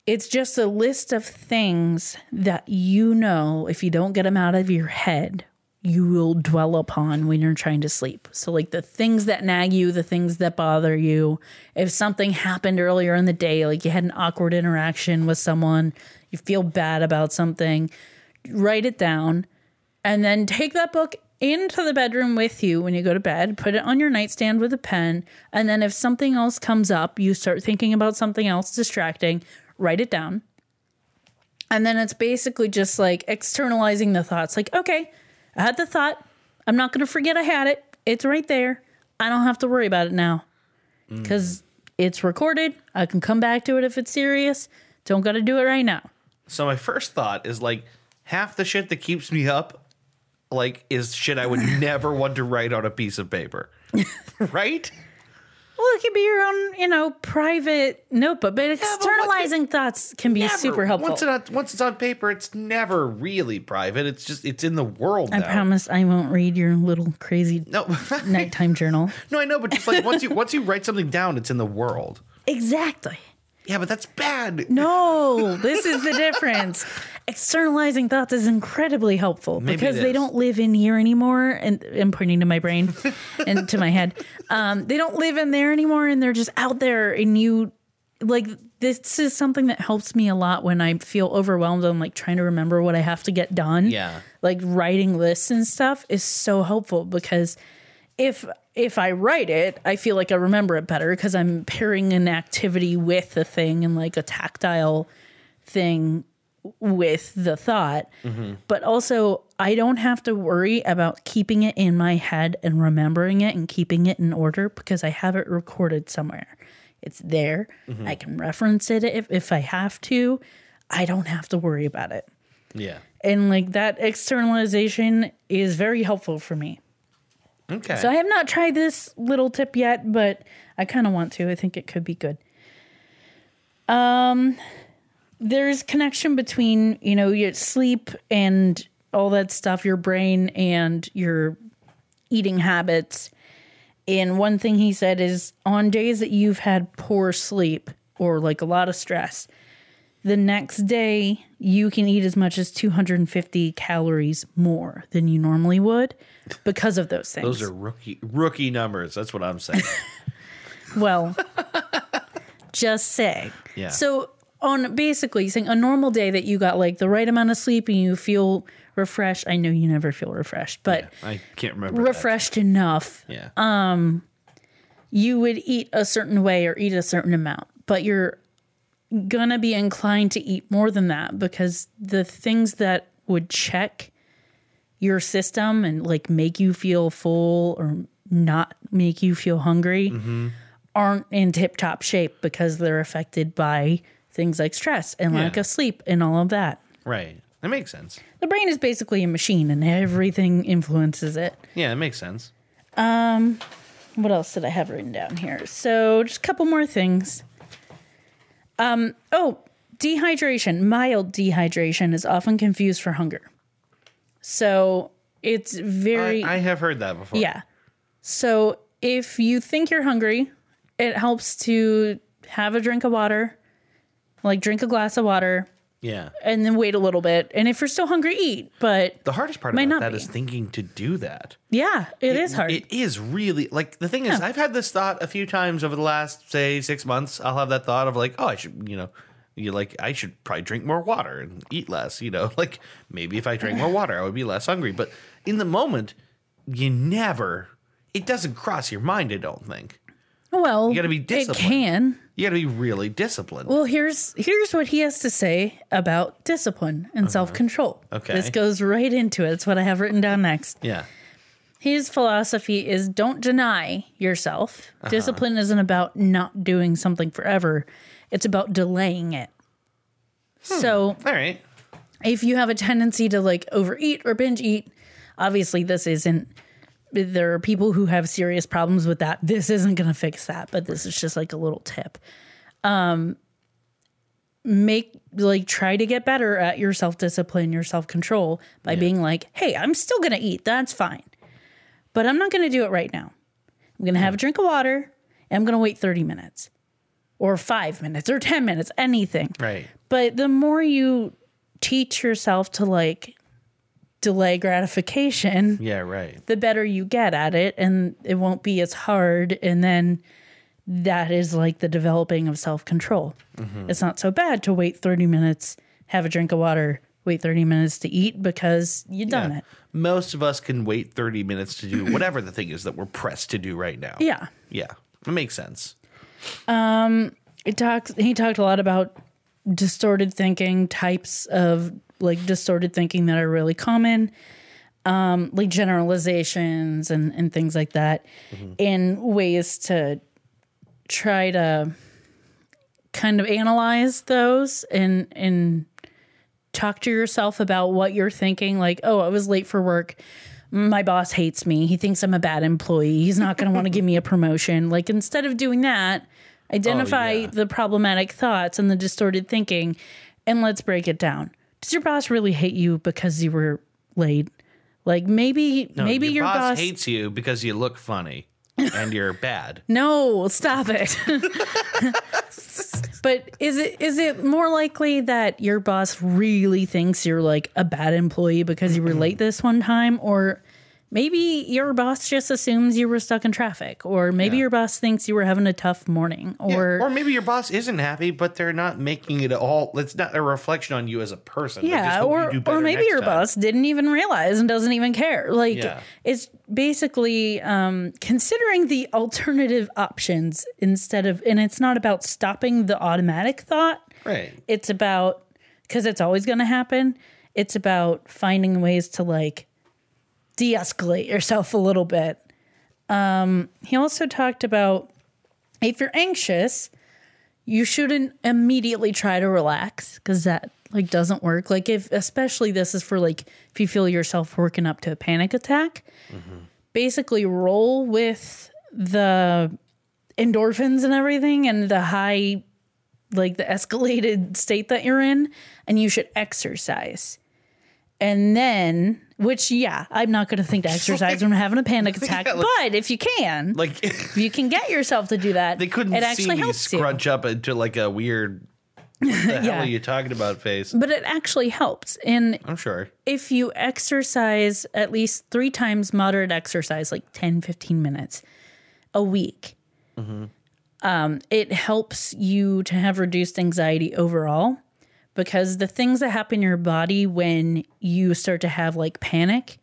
it's just a list of things that you know, if you don't get them out of your head, you will dwell upon when you're trying to sleep. So, like the things that nag you, the things that bother you. If something happened earlier in the day, like you had an awkward interaction with someone, you feel bad about something, write it down and then take that book into the bedroom with you when you go to bed, put it on your nightstand with a pen, and then if something else comes up, you start thinking about something else distracting, write it down. And then it's basically just like externalizing the thoughts like, okay, I had the thought. I'm not going to forget I had it. It's right there. I don't have to worry about it now because it's recorded. I can come back to it if it's serious. Don't got to do it right now. So my first thought is like half the shit that keeps me up, like is shit I would never want to write on a piece of paper, right? Well, it could be your own, you know, private notebook, but what externalizing thoughts can be Never. super helpful. Once, it on, once it's on paper, it's never really private. It's just it's in the world. I now. promise I won't read your little crazy No, nighttime journal. no, I know, but just like once you once you write something down, it's in the world. Exactly. Yeah, but that's bad. No, this is the difference. externalizing thoughts is incredibly helpful Maybe because it they is. don't live in here anymore. And I'm pointing to my brain and to my head. Um, they don't live in there anymore, and they're just out there. And you like this is something that helps me a lot when I feel overwhelmed. I'm like trying to remember what I have to get done. Yeah. like writing lists and stuff is so helpful because if if I write it, I feel like I remember it better because I'm pairing an activity with a thing and like a tactile thing with the thought. But also, I don't have to worry about keeping it in my head and remembering it and keeping it in order because I have it recorded somewhere. It's there. I can reference it if, if I have to. I don't have to worry about it. Yeah. And like that externalization is very helpful for me. Okay. So I have not tried this little tip yet, but I kind of want to. I think it could be good. Um, there's connection between you know your sleep and all that stuff, your brain and your eating habits. And one thing he said is on days that you've had poor sleep or like a lot of stress, the next day you can eat as much as 250 calories more than you normally would because of those things. Those are rookie rookie numbers. That's what I'm saying. Well, just saying. Yeah. So on basically saying a normal day that you got like the right amount of sleep and you feel refreshed. I know you never feel refreshed, but I can't remember. that. refreshed enough, Yeah. you would eat a certain way or eat a certain amount. But you're gonna be inclined to eat more than that because the things that would check your system and like make you feel full or not make you feel hungry aren't in tip top shape because they're affected by things like stress and lack Yeah. of sleep and all of that. right. That makes sense. The brain is basically a machine and everything influences it. Yeah, that makes sense. what else did I have written down here? So just a couple more things. Um, oh, dehydration, mild dehydration is often confused for hunger. So it's very I, I have heard that before. yeah. So if you think you're hungry, it helps to have a drink of water, like drink a glass of water, Yeah. and then wait a little bit. And if you're still hungry, eat. But The hardest part Might about not that be. is thinking to do that. yeah, it is hard. It is really like the thing is, I've had this thought a few times over the last say six months. I'll have that thought of like, oh, I should, you know, you like I should probably drink more water and eat less. You know, like maybe if I drank more water, I would be less hungry. But in the moment, you never. It doesn't cross your mind. I don't think well, gotta be It disciplined. can. you got to be really disciplined. Well, here's here's what he has to say about discipline and self-control. Okay. This goes right into it. It's what I have written down next. yeah, His philosophy is don't deny yourself. Discipline isn't about not doing something forever. It's about delaying it. So, all right. if you have a tendency to like overeat or binge eat, obviously this isn't there are people who have serious problems with that. This isn't going to fix that, but this is just like a little tip. Um make like try to get better at your self-discipline, your self-control by being like, "Hey, I'm still going to eat. That's fine. But I'm not going to do it right now. I'm going to have a drink of water and I'm going to wait 30 minutes or 5 minutes or 10 minutes, anything." Right. But the more you teach yourself to like delay gratification, Yeah. Right. the better you get at it and it won't be as hard. And then that is like the developing of self control. It's not so bad to wait 30 minutes, have a drink of water, wait 30 minutes to eat because you've done Yeah. it. Most of us can wait thirty minutes to do whatever the thing is that we're pressed to do right now. Yeah. Yeah. It makes sense. It talks he talked a lot about distorted thinking, types of like distorted thinking that are really common. Um, like generalizations and, and things like that, and ways to try to kind of analyze those and and talk to yourself about what you're thinking. Like, oh, I was late for work. My boss hates me. He thinks I'm a bad employee. He's not going to want to give me a promotion. Like, instead of doing that, identify yeah. the problematic thoughts and the distorted thinking and let's break it down. Does your boss really hate you because you were late? Like, maybe, maybe your, boss, hates you because you look funny and you're bad. No, stop it. But is it is it more likely that your boss really thinks you're like a bad employee because you were late this one time or maybe your boss just assumes you were stuck in traffic or maybe your boss thinks you were having a tough morning or or maybe your boss isn't happy, but they're not making it all. It's not a reflection on you as a person. They just yeah, hope you or do better or maybe next your time. boss didn't even realize and doesn't even care. Like Yeah. it's basically um, considering the alternative options instead of, and it's not about stopping the automatic thought. Right. It's about because it's always going to happen. It's about finding ways to like de-escalate yourself a little bit. Um, he also talked about if you're anxious, you shouldn't immediately try to relax because that like doesn't work. Like if especially this is for like if you feel yourself working up to a panic attack, basically roll with the endorphins and everything and the high like the escalated state that you're in and you should exercise. And then which yeah, I'm not gonna think to exercise when I'm having a panic attack, like- but if you can Like if you can get yourself to do that, they couldn't It see actually me helps you. scrunch up into like a weird. What the hell Yeah. are you talking about? Face. But it actually helps. And I'm sure. if you exercise at least three times moderate exercise, like 10, 15 minutes a week, um, it helps you to have reduced anxiety overall because the things that happen in your body when you start to have like panic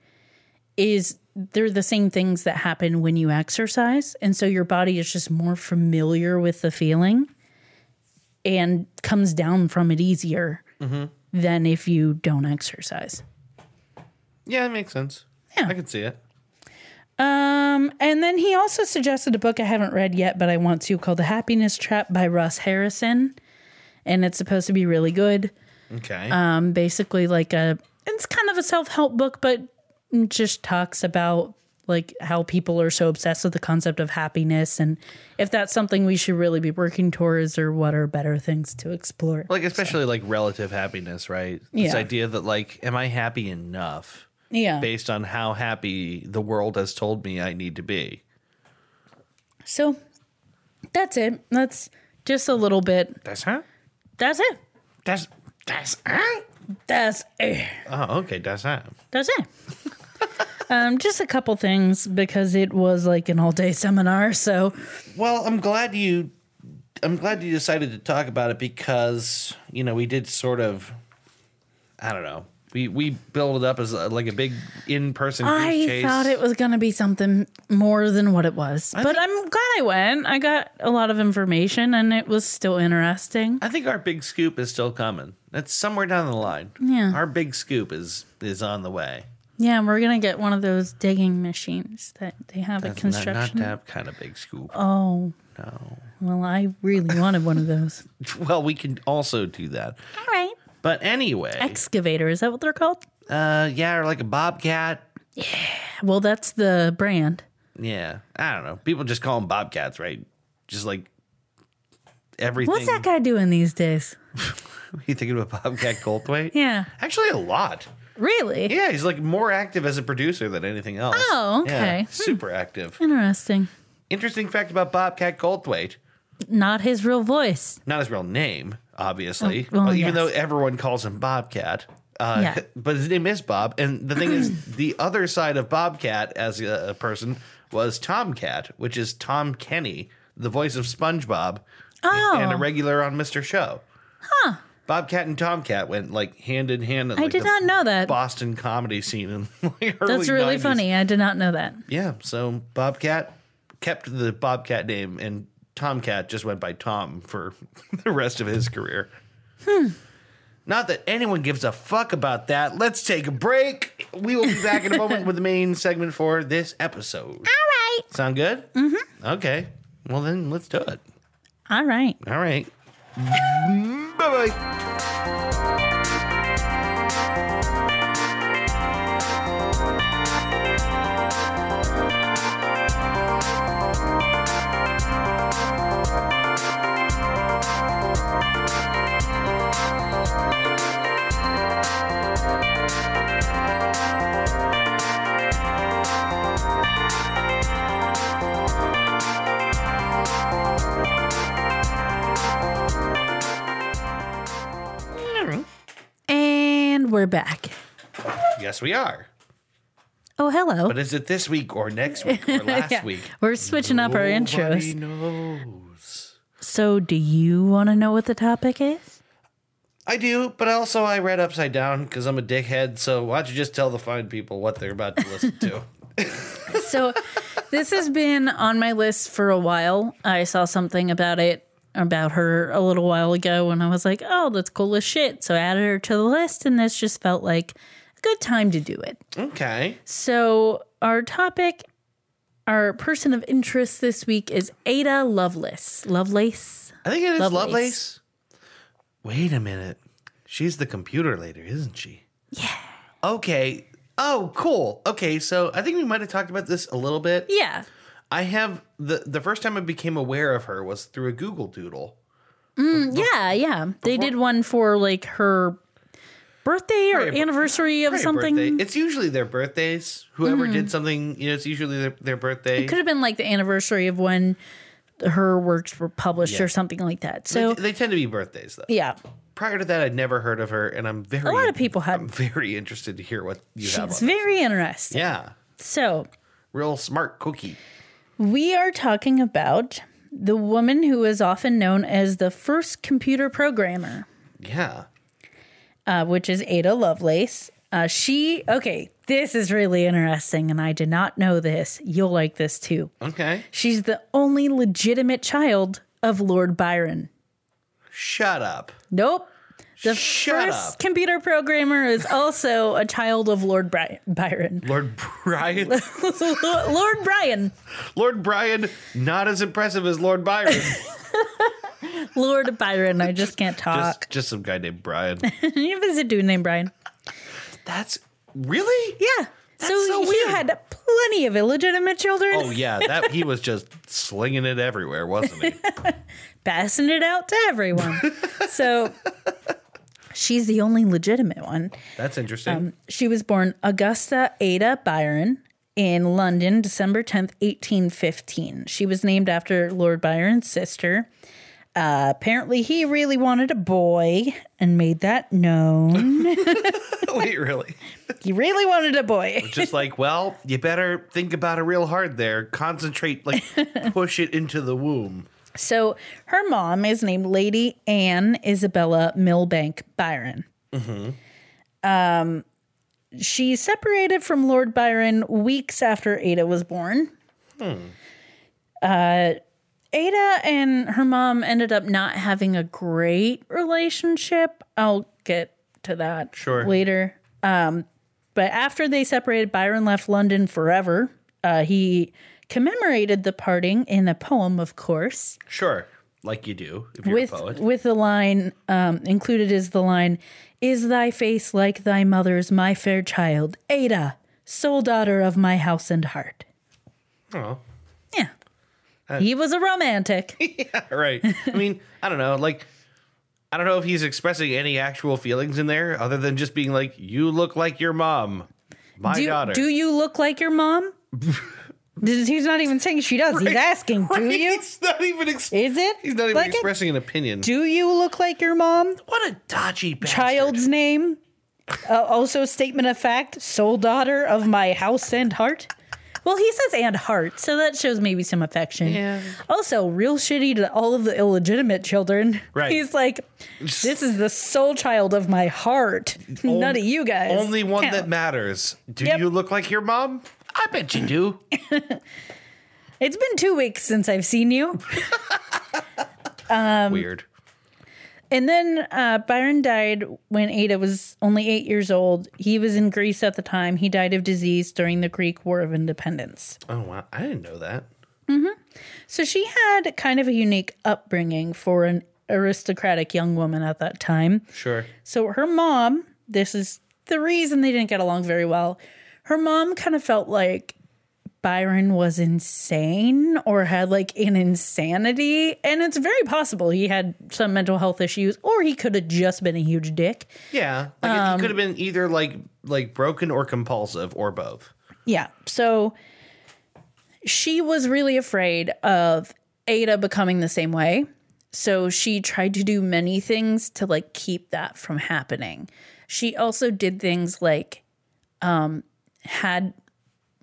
is they're the same things that happen when you exercise. And so your body is just more familiar with the feeling and comes down from it easier than if you don't exercise. Yeah, it makes sense. Yeah. I can see it. Um, and then he also suggested a book I haven't read yet, but I want to called The Happiness Trap by Russ Harrison. And it's supposed to be really good. Okay. Um, basically like a it's kind of a self-help book, but just talks about like how people are so obsessed with the concept of happiness and if that's something we should really be working towards or what are better things to explore. like especially like relative happiness, right? This Yeah. idea that like, am I happy enough yeah. based on how happy the world has told me I need to be? So that's it. That's just a little bit. That's huh? That's it. That's that's huh? That's it. Oh, okay. That's huh? That's it. um, just a couple things because it was like an all day seminar. So Well, I'm glad you I'm glad you decided to talk about it because, you know, we did sort of I don't know. We we built it up as a, like a big in-person goose I chase. thought it was going to be something more than what it was. but I'm glad I went. I got a lot of information and it was still interesting. I think our big scoop is still coming. That's somewhere down the line. Yeah. Our big scoop is is on the way. Yeah, we're going to get one of those digging machines that they have That's at not- construction. Not, that kind of big scoop. oh. No. Well, I really wanted one of those. Well, we can also do that. All right. But anyway, Excavator, is that what they're called? uh, yeah, or like a bobcat. Well, that's the brand. Yeah, I don't know. People just call them bobcats, right? Just like everything. What's that guy doing these days? You thinking of Bobcat Goldthwait? Yeah. actually, a lot. Really? Yeah, he's like more active as a producer than anything else. Oh, Yeah, okay. Hmm. super active. Interesting. Interesting fact about Bobcat Goldthwait: Not his real voice. not his real name, obviously, Oh, well, even yes. though everyone calls him Bobcat. Uh, Yeah. But his name is Bob. And the thing is, the other side of Bobcat as a, a person was Tomcat, which is Tom Kenny, the voice of SpongeBob Oh, and a regular on Mr. Show. Huh. Bobcat and Tomcat went like hand in hand. In, I like, did the not know that. Boston comedy scene in like, early That's really 90s. funny. I did not know that. Yeah. So Bobcat kept the Bobcat name, and Tomcat just went by Tom for the rest of his career. Not that anyone gives a fuck about that. Let's take a break. We will be back in a moment with the main segment for this episode. All right. Sound good? Mm-hmm. Okay. Well, then let's do it. All right. All right. Bye bye. we're back. Yes, we are. Oh, hello. But is it this week or next week or last Yeah, week? We're switching up our Nobody intros. knows. So, do you want to know what the topic is? I do, but also I read upside down because I'm a dickhead. So why don't you just tell the fine people what they're about to listen to? So, this has been on my list for a while. I saw something about it, about her a little while ago, and I was like, oh, that's cool as shit. So, I added her to the list, and this just felt like a good time to do it. okay. So, our topic, our person of interest this week is Ada Lovelace. Lovelace? I think it is Lovelace. Lovelace. Wait a minute. She's the computer later, isn't she? Yeah. Okay. Oh, cool. Okay, so I think we might have talked about this a little bit. Yeah. I have the the first time I became aware of her was through a Google Doodle. Mm-hmm. Yeah, yeah. They did one for like her birthday or Right, anniversary of Right, something. Mm-hmm. birthday. It's usually their birthdays. Whoever did something, you know, it's usually their, their birthday. It could have been like the anniversary of when her works were published or something like that. So, they, they tend to be birthdays though. yeah. Prior to that, I'd never heard of her, and I'm very A lot of people I'm had. very interested to hear what you have. She's on it. very interesting. yeah, So, real smart cookie. We are talking about the woman who is often known as the first computer programmer, Yeah, uh, which is Ada Lovelace. Uh, she, okay, this is really interesting, and I did not know this. You'll like this too. okay. She's the only legitimate child of Lord Byron. Shut up. Nope. The Shut first up. computer programmer is also a child of Lord Bry- Byron. Lord Brian. Lord Brian. Lord Brian, not as impressive as Lord Byron. Lord Byron. I just can't talk. just, just some guy named Brian. he was a dude named Brian. That's really. Yeah. so so he weird. had plenty of illegitimate children, Oh yeah, that he was just slinging it everywhere, wasn't he? passing it out to everyone. so she's the only legitimate one. That's interesting. She was born Augusta Ada Byron in London, December 10th, 1815. She was named after Lord Byron's sister. Uh, apparently, he really wanted a boy and made that known. Wait, really? he really wanted a boy. Just like, well, you better think about it real hard there. Concentrate, like, push it into the womb. So her mom is named Lady Anne Isabella Milbank Byron. Um, she separated from Lord Byron weeks after Ada was born. Uh, Ada and her mom ended up not having a great relationship. I'll get to that Sure. later. Um, but after they separated, Byron left London forever. Uh, he commemorated the parting in a poem, of course Sure, like you do if you're with a poet. with the line um, included is the line is thy face like thy mother's my fair child ada sole daughter of my house and heart Oh, yeah Uh, he was a romantic right. I mean, I don't know. Like, I don't know if he's expressing any actual feelings in there other than just being like, "You look like your mom, my do, daughter." do you look like your mom he's not even saying she does he's asking do you He's not even. Ex- is it he's not even like it? expressing an opinion. do you look like your mom what a dodgy bastard. child's name uh, also statement of fact sole daughter of my house and heart well he says and heart so that shows maybe some affection Yeah. also real shitty to all of the illegitimate children Right. he's like this is the sole child of my heart none of you guys Only one count." that matters. Do Yep. you look like your mom? I bet you do. it's been two weeks since i've seen you Um, Weird. And then uh, Byron died when Ada was only eight years old. He was in Greece at the time. He died of disease during the Greek War of Independence. Oh wow, I didn't know that. So she had kind of a unique upbringing for an aristocratic young woman at that time. Sure. So her mom, this is the reason they didn't get along very well. Her mom kind of felt like Byron was insane or had like an insanity. And it's very possible he had some mental health issues or he could have just been a huge dick. Yeah, like it- Um, it could have been either like like broken or compulsive or both. Yeah. So she was really afraid of Ada becoming the same way. So she tried to do many things to like keep that from happening. she also did things like um had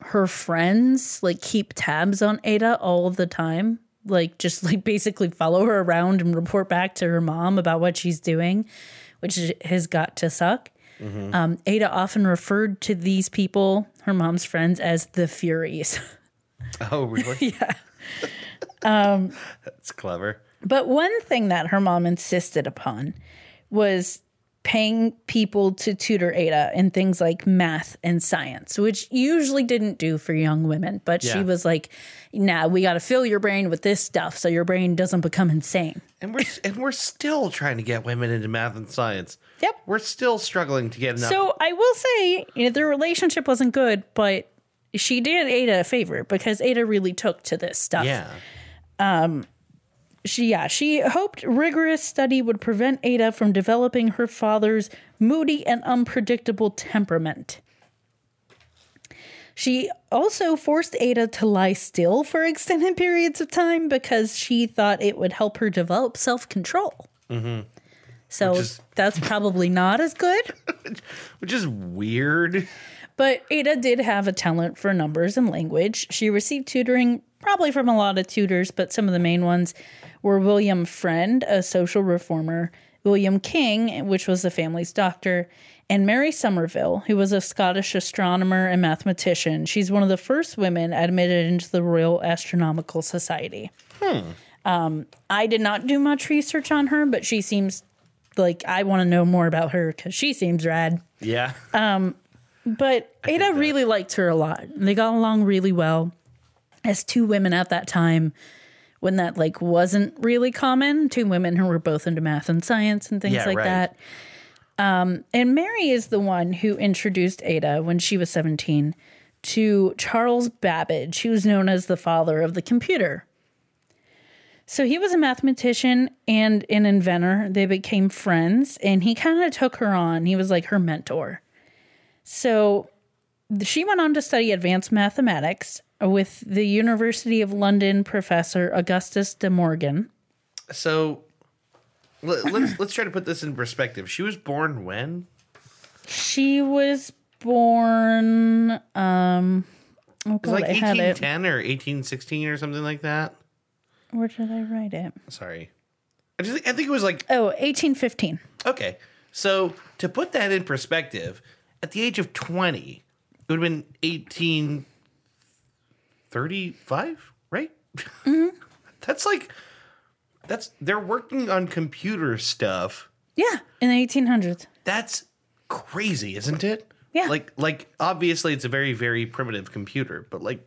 her friends like keep tabs on Ada all of the time. Like just like basically follow her around and report back to her mom about what she's doing, which is- has got to suck. Um, Ada often referred to these people, her mom's friends, as the Furies. Oh, really? yeah. um, That's clever. But one thing that her mom insisted upon was paying people to tutor Ada in things like math and science, which usually didn't do for young women. But she Yeah. was like, nah, we got to fill your brain with this stuff so your brain doesn't become insane. And we're and we're still trying to get women into math and science. Yep. We're still struggling to get enough. So I will say, you know, their relationship wasn't good, but she did Ada a favor because Ada really took to this stuff. yeah. She, yeah, she hoped rigorous study would prevent Ada from developing her father's moody and unpredictable temperament. She also forced Ada to lie still for extended periods of time because she thought it would help her develop self control. Mm-hmm. So is- that's probably not as good. Which is weird. But Ada did have a talent for numbers and language. She received tutoring probably from a lot of tutors, but some of the main ones were William Friend, a social reformer, William King, which was the family's doctor, and Mary Somerville, who was a Scottish astronomer and mathematician. She's one of the first women admitted into the Royal Astronomical Society. Hmm. Um, I did not do much research on her, but she seems like I want to know more about her because she seems rad. Yeah. But Ada really liked her a lot. They got along really well as two women at that time when that like wasn't really common, two women who were both into math and science and things Yeah, like right. that. Um, and Mary is the one who introduced Ada when she was 17 to Charles Babbage, who was known as the father of the computer. So he was a mathematician and an inventor. They became friends and he kind of took her on. He was like her mentor. So th- she went on to study advanced mathematics with the University of London professor Augustus de Morgan. so le- let's let's try to put this in perspective. She was born when? She was born um oh It was god, like I had eighteen it. ten or eighteen sixteen or something like that. Where did I write it? Sorry. I just I think it was like Oh, 1815. Okay. So to put that in perspective, at the age of 20, it would have been 1835, right? that's like, that's, they're working on computer stuff. Yeah, in the 1800s. That's crazy, isn't it? Yeah. Like, like obviously it's a very, very primitive computer, but like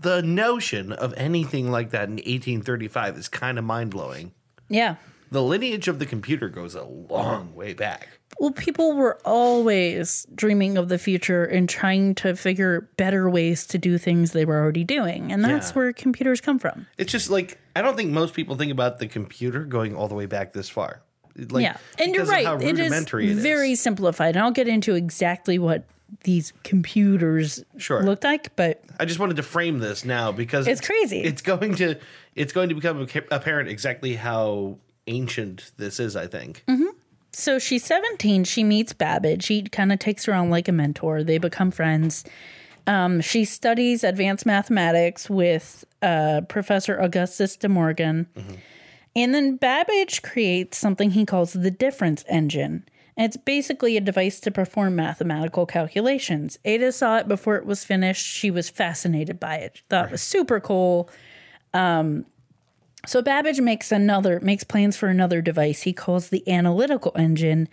the notion of anything like that in 1835 is kind of mind blowing. Yeah. The lineage of the computer goes a long way back. Well, people were always dreaming of the future and trying to figure better ways to do things they were already doing. And that's Yeah. where computers come from. It's just like I don't think most people think about the computer going all the way back this far. Like, yeah. And you're because of right. How It is rudimentary it is. very simplified. And I'll get into exactly what these computers Sure. looked like, but I just wanted to frame this now because It's crazy. It's going to it's going to become ac- apparent exactly how ancient this is. I think. Mm-hmm. so she's 17 she meets babbage she kind of takes her on like a mentor they become friends um, she studies advanced mathematics with uh, professor augustus de morgan and then babbage creates something he calls the difference engine and it's basically a device to perform mathematical calculations ada saw it before it was finished she was fascinated by it She thought it was super cool so Babbage makes another makes plans for another device he calls the analytical engine,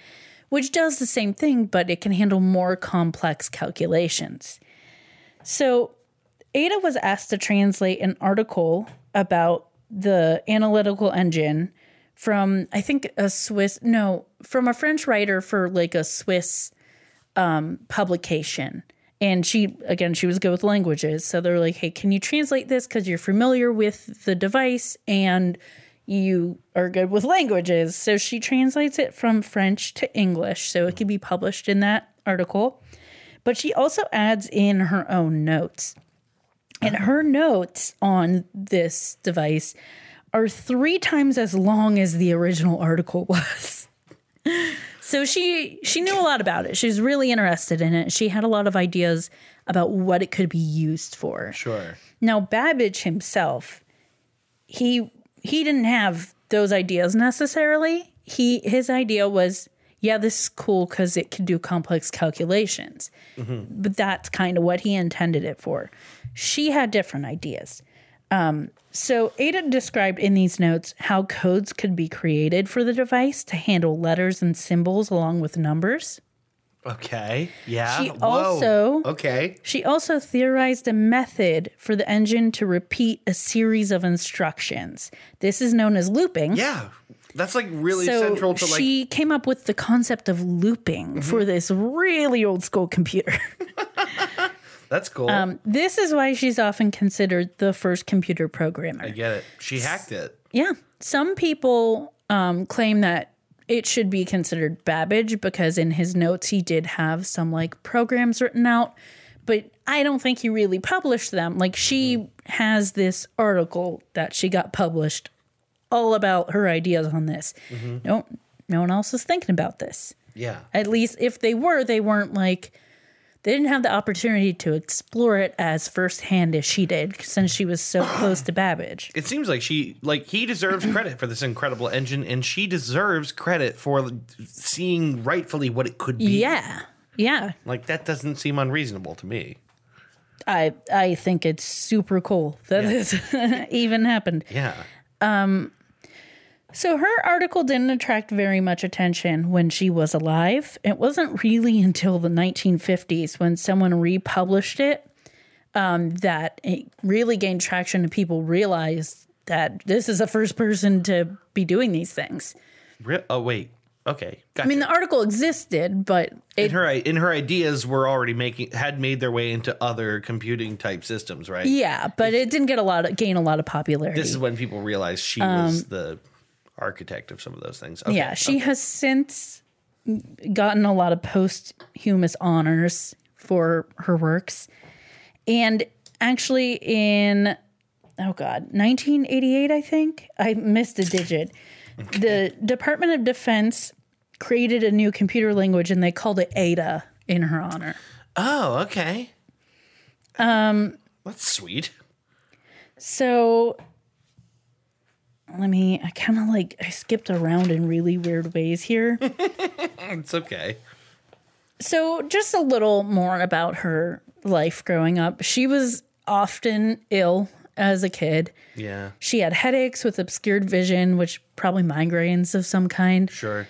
which does the same thing but it can handle more complex calculations. So Ada was asked to translate an article about the analytical engine from I think a Swiss no, from a French writer for like a Swiss um, publication. And she again, she was good with languages, so they're like, "Hey, can you translate this because you're familiar with the device and you are good with languages?" So she translates it from French to English, so it can be published in that article. But she also adds in her own notes, and her notes on this device are three times as long as the original article was. So she she knew a lot about it. She was really interested in it. She had a lot of ideas about what it could be used for. Sure. Now Babbage himself, he he didn't have those ideas necessarily. He his idea was, yeah, this is cool because it can do complex calculations. But that's kind of what he intended it for. She had different ideas. Um, So, Ada described in these notes how codes could be created for the device to handle letters and symbols along with numbers. Okay. Yeah. She also Okay. she also theorized a method for the engine to repeat a series of instructions. This is known as looping. Yeah. That's like really so central to like Mm-hmm. she came up with the concept of looping for this really old school computer. that's cool. this is why she's often considered the first computer programmer. I get it. She hacked it. Yeah. Some people um, claim that it should be considered Babbage because in his notes he did have some like programs written out, but I don't think he really published them. Like she has this article that she got published all about her ideas on this. No, no one else is thinking about this. Yeah. At least if they were, they weren't like they didn't have the opportunity to explore it as firsthand as she did since she was so close to Babbage. It seems like she like he deserves credit for this incredible engine and she deserves credit for seeing rightfully what it could be. Yeah. Yeah. Like that doesn't seem unreasonable to me. I I think it's super cool that this even happened. Yeah. So her article didn't attract very much attention when she was alive. It wasn't really until the 1950s when someone republished it um, that it really gained traction and people realized that this is the first person to be doing these things. Re- oh wait. Okay. Gotcha. I mean, the article existed, but in it, her in her ideas were already making had made their way into other computing type systems, right? yeah, but it didn't get a lot of gain a lot of popularity. This is when people realized she was the architect of some of those things. Okay. Um, Yeah, she has since gotten a lot of posthumous honors for her works. And actually, in oh god, 1988, I think I missed a digit. The Department of Defense created a new computer language and they called it Ada in her honor. Oh, okay. Um Um, that's sweet. So let me, I kind of like, I skipped around in really weird ways here. It's okay. So, just a little more about her life growing up. She was often ill as a kid. Yeah. She had headaches with obscured vision, which probably migraines of some kind. Sure.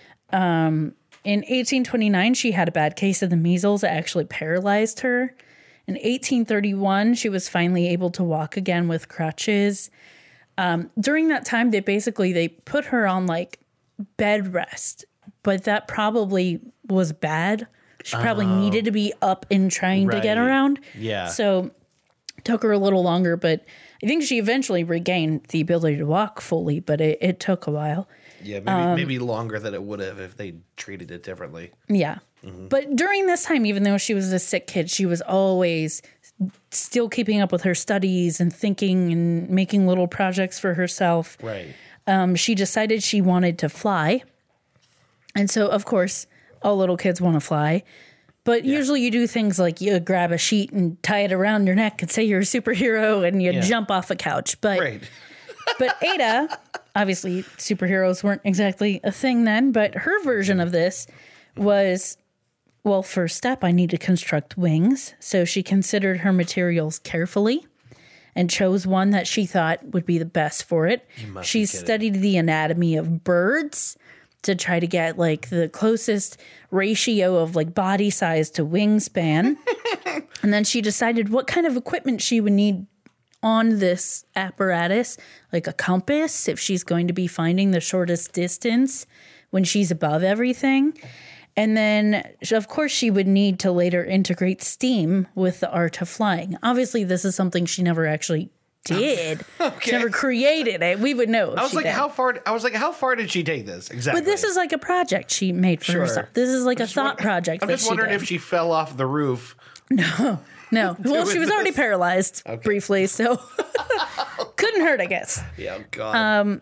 In 1829, she had a bad case of the measles that actually paralyzed her. In 1831, she was finally able to walk again with crutches. Um, during that time, they basically they put her on like bed rest, but that probably was bad. She probably needed to be up and trying to get Oh. Right. around. Yeah. So took her a little longer, but I think she eventually regained the ability to walk fully, but it, it took a while. Yeah, maybe, Um, maybe longer than it would have if they treated it differently. Yeah. But during this time, even though she was a sick kid, she was always still keeping up with her studies and thinking and making little projects for herself. Right. Um, she decided she wanted to fly. And so, of course, all little kids want to fly. But usually you do things like you grab a sheet and tie it around your neck and say you're a superhero and you jump off a couch. But Right. but Ada, obviously, superheroes weren't exactly a thing then, but her version of this was well, first step, I need to construct wings. So she considered her materials carefully and chose one that she thought would be the best for it. She studied the anatomy of birds to try to get like the closest ratio of like body size to wingspan. and then she decided what kind of equipment she would need on this apparatus, like a compass, if she's going to be finding the shortest distance when she's above everything. And then, sh- of course, she would need to later integrate steam with the art of flying. Obviously, this is something she never actually did. She never created it. We would know. Oh, I was like, how far? I was like, how far did she take this exactly? But this is like a project she made for Sure. herself. This is like a thought project. I'm that just she wondering did. if she fell off the roof. No. Well, she was this. already paralyzed briefly, oh, so couldn't hurt, I guess. Yeah, God.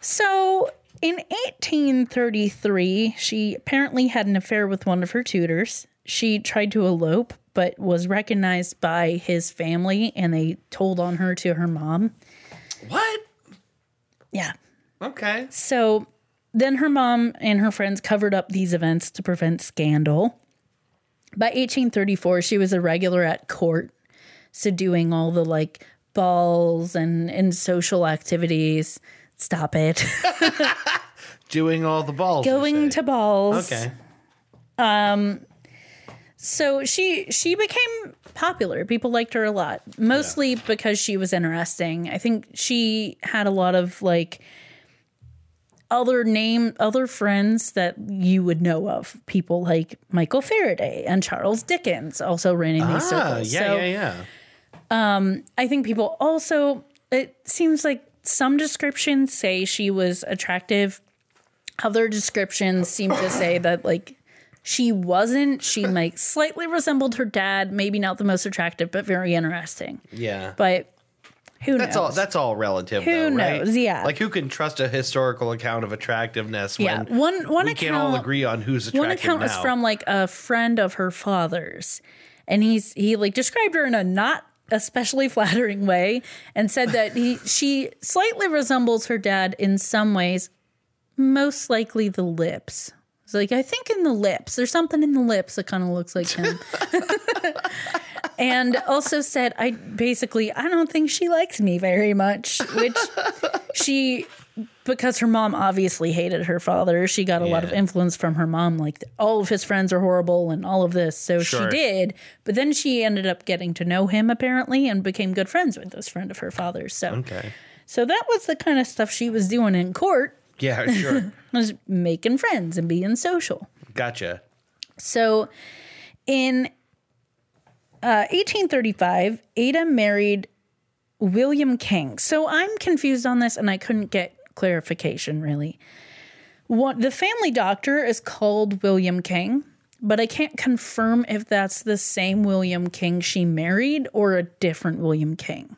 So In 1833, she apparently had an affair with one of her tutors. She tried to elope, but was recognized by his family, and they told on her to her mom. What? Yeah. Okay. So then her mom and her friends covered up these events to prevent scandal. By 1834, she was a regular at court, so doing all the like balls and, and social activities. Stop it. Doing all the balls. you Going say. to balls. Okay. So she she became popular. People liked her a lot, mostly because she was interesting. I think she had a lot of like other name other friends that you would know of. People like Michael Faraday and Charles Dickens also ran in these Ah, circles. yeah, so yeah, yeah. I think people also it seems like some descriptions say she was attractive. Other descriptions seem to say that like she wasn't. She like slightly resembled her dad, maybe not the most attractive, but very interesting. Yeah. But who That's knows? all. That's all relative. Who though, right? knows? Yeah. Like who can trust a historical account of attractiveness yeah. when One one we account can't all agree on who's attractive one account now? was from like a friend of her father's and he's he like described her in a not especially flattering way and said that he she slightly resembles her dad in some ways most likely the lips it's like i think in the lips there's something in the lips that kind of looks like him and also said i basically i don't think she likes me very much which she because her mom obviously hated her father she got a lot of Yeah. influence from her mom like all of his friends are horrible and all of this so Sure. she did but then she ended up getting to know him apparently and became good friends with this friend of her father's so Okay. so that was the kind of stuff she was doing in court Yeah. Sure. was making friends and being social gotcha. so in uh, 1835, Ada married William King. So I'm confused on this and I couldn't get clarification really. What the family doctor is called William King, but I can't confirm if that's the same William King she married or a different William King.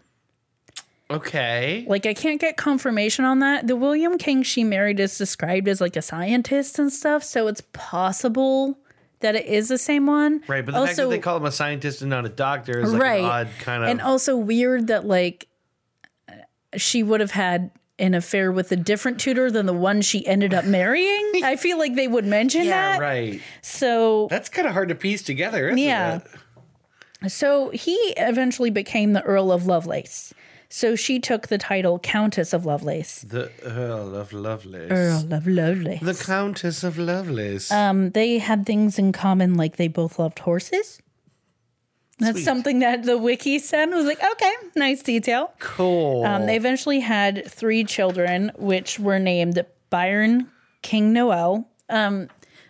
Okay. Like I can't get confirmation on that. The William King she married is described as like a scientist and stuff, so it's possible that it is the same one. Right, but the fact that they call him a scientist and not a doctor is like an odd kind of. and also weird that like she would have had an affair with a different tutor than the one she ended up marrying. I feel like they would mention that. right. So That's kind of hard to piece together, isn't Yeah. it? so he eventually became the Earl of Lovelace. So she took the title Countess of Lovelace. The Earl of Lovelace. Earl of Lovelace. The Countess of Lovelace. um, they had things in common, like they both loved horses. That's Sweet. something that the wiki said. I was like, okay, nice detail. cool. Um, they eventually had three children, which were named Byron King Noel. Um,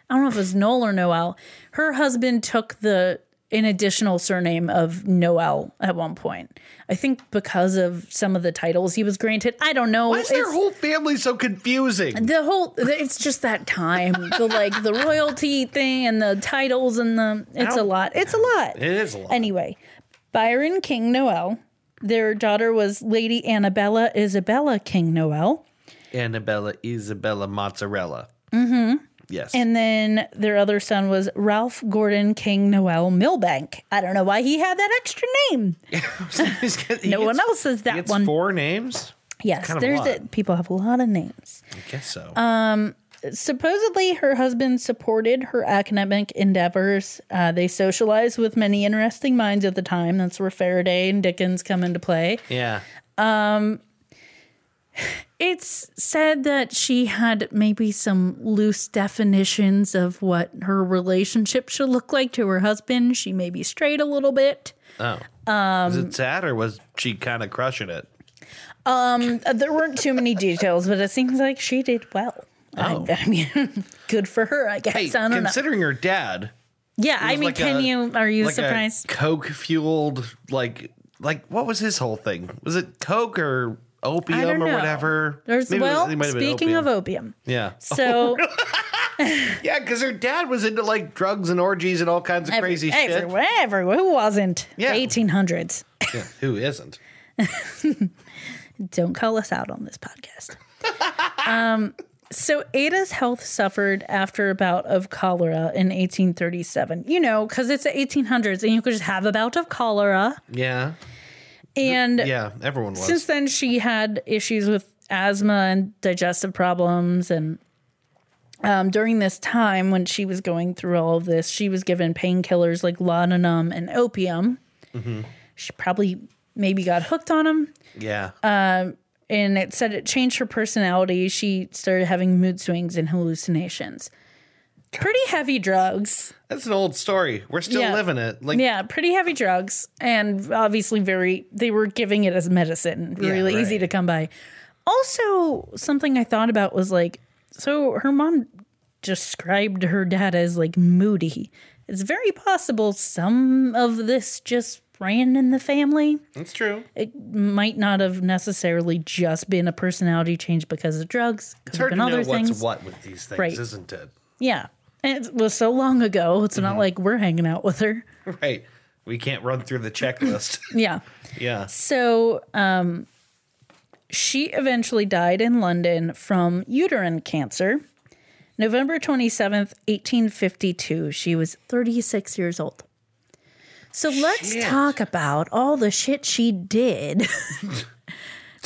I don't know if it was Noel or Noel. Her husband took the an additional surname of Noel at one point. I think because of some of the titles he was granted. I don't know. Why is their It's- whole family so confusing? the whole it's just that time the like the royalty thing and the titles and the it's a Ow. lot it's a lot It is a lot. anyway byron king noel their daughter was lady annabella isabella king noel Annabella Isabella Mozzarella. Mm-hmm. Yes. and then their other son was ralph gordon king noel milbank i don't know why he had that extra name no one else has that It's one four names. yes kind of a there's lot. a, people have a lot of names I guess so. Um, supposedly her husband supported her academic endeavors uh, they socialized with many interesting minds at the time that's where faraday and dickens come into play yeah. it's said that she had maybe some loose definitions of what her relationship should look like to her husband she maybe strayed a little bit Oh. was um, it sad or was she kind of crushing it? Uh, there weren't too many details but it seems like she did well I- Oh. I, mean good for her i guess Hey, i don't know considering her dad, yeah i was mean like can a- you are you like surprised a coke fueled, like like what was his whole thing? Was it coke or opium I don't or know. whatever? There's Maybe it well, was- it might have been speaking opium. of opium. yeah, So yeah, because her dad was into like drugs and orgies and all kinds of every- crazy shit. everywhere, everywhere. Who wasn't? Yeah. Eighteen hundreds. Yeah, who isn't? Don't call us out on this podcast. um So Ada's health suffered after a bout of cholera in 1837. You know, because it's the 1800s, and you could just have a bout of cholera. Yeah. And Mm-hmm. Yeah. Everyone was. since then, she had issues with asthma and digestive problems. And um, during this time, when she was going through all of this, she was given painkillers like laudanum and opium. She probably maybe got hooked on them yeah. and it said it changed her personality. She started having mood swings and hallucinations. Pretty heavy drugs. That's an old story. We're still Yeah. living it. Like, Yeah, pretty heavy drugs. And obviously, very, they were giving it as medicine, really right. easy to come by. Also, something I thought about was like, so her mom described her dad as like moody. It's very possible some of this just ran in the family. that's true. might not have necessarily just been a personality change because of drugs. Could It's have hard to been know other what's things. what with these things, Right. isn't it? Yeah. And it was so long ago. It's Mm-hmm. not like we're hanging out with her. Right. We can't run through the checklist. Yeah. yeah. So um, she eventually died in London from uterine cancer. November 27th, 1852. She was 36 years old. So let's Shit. talk about all the shit she did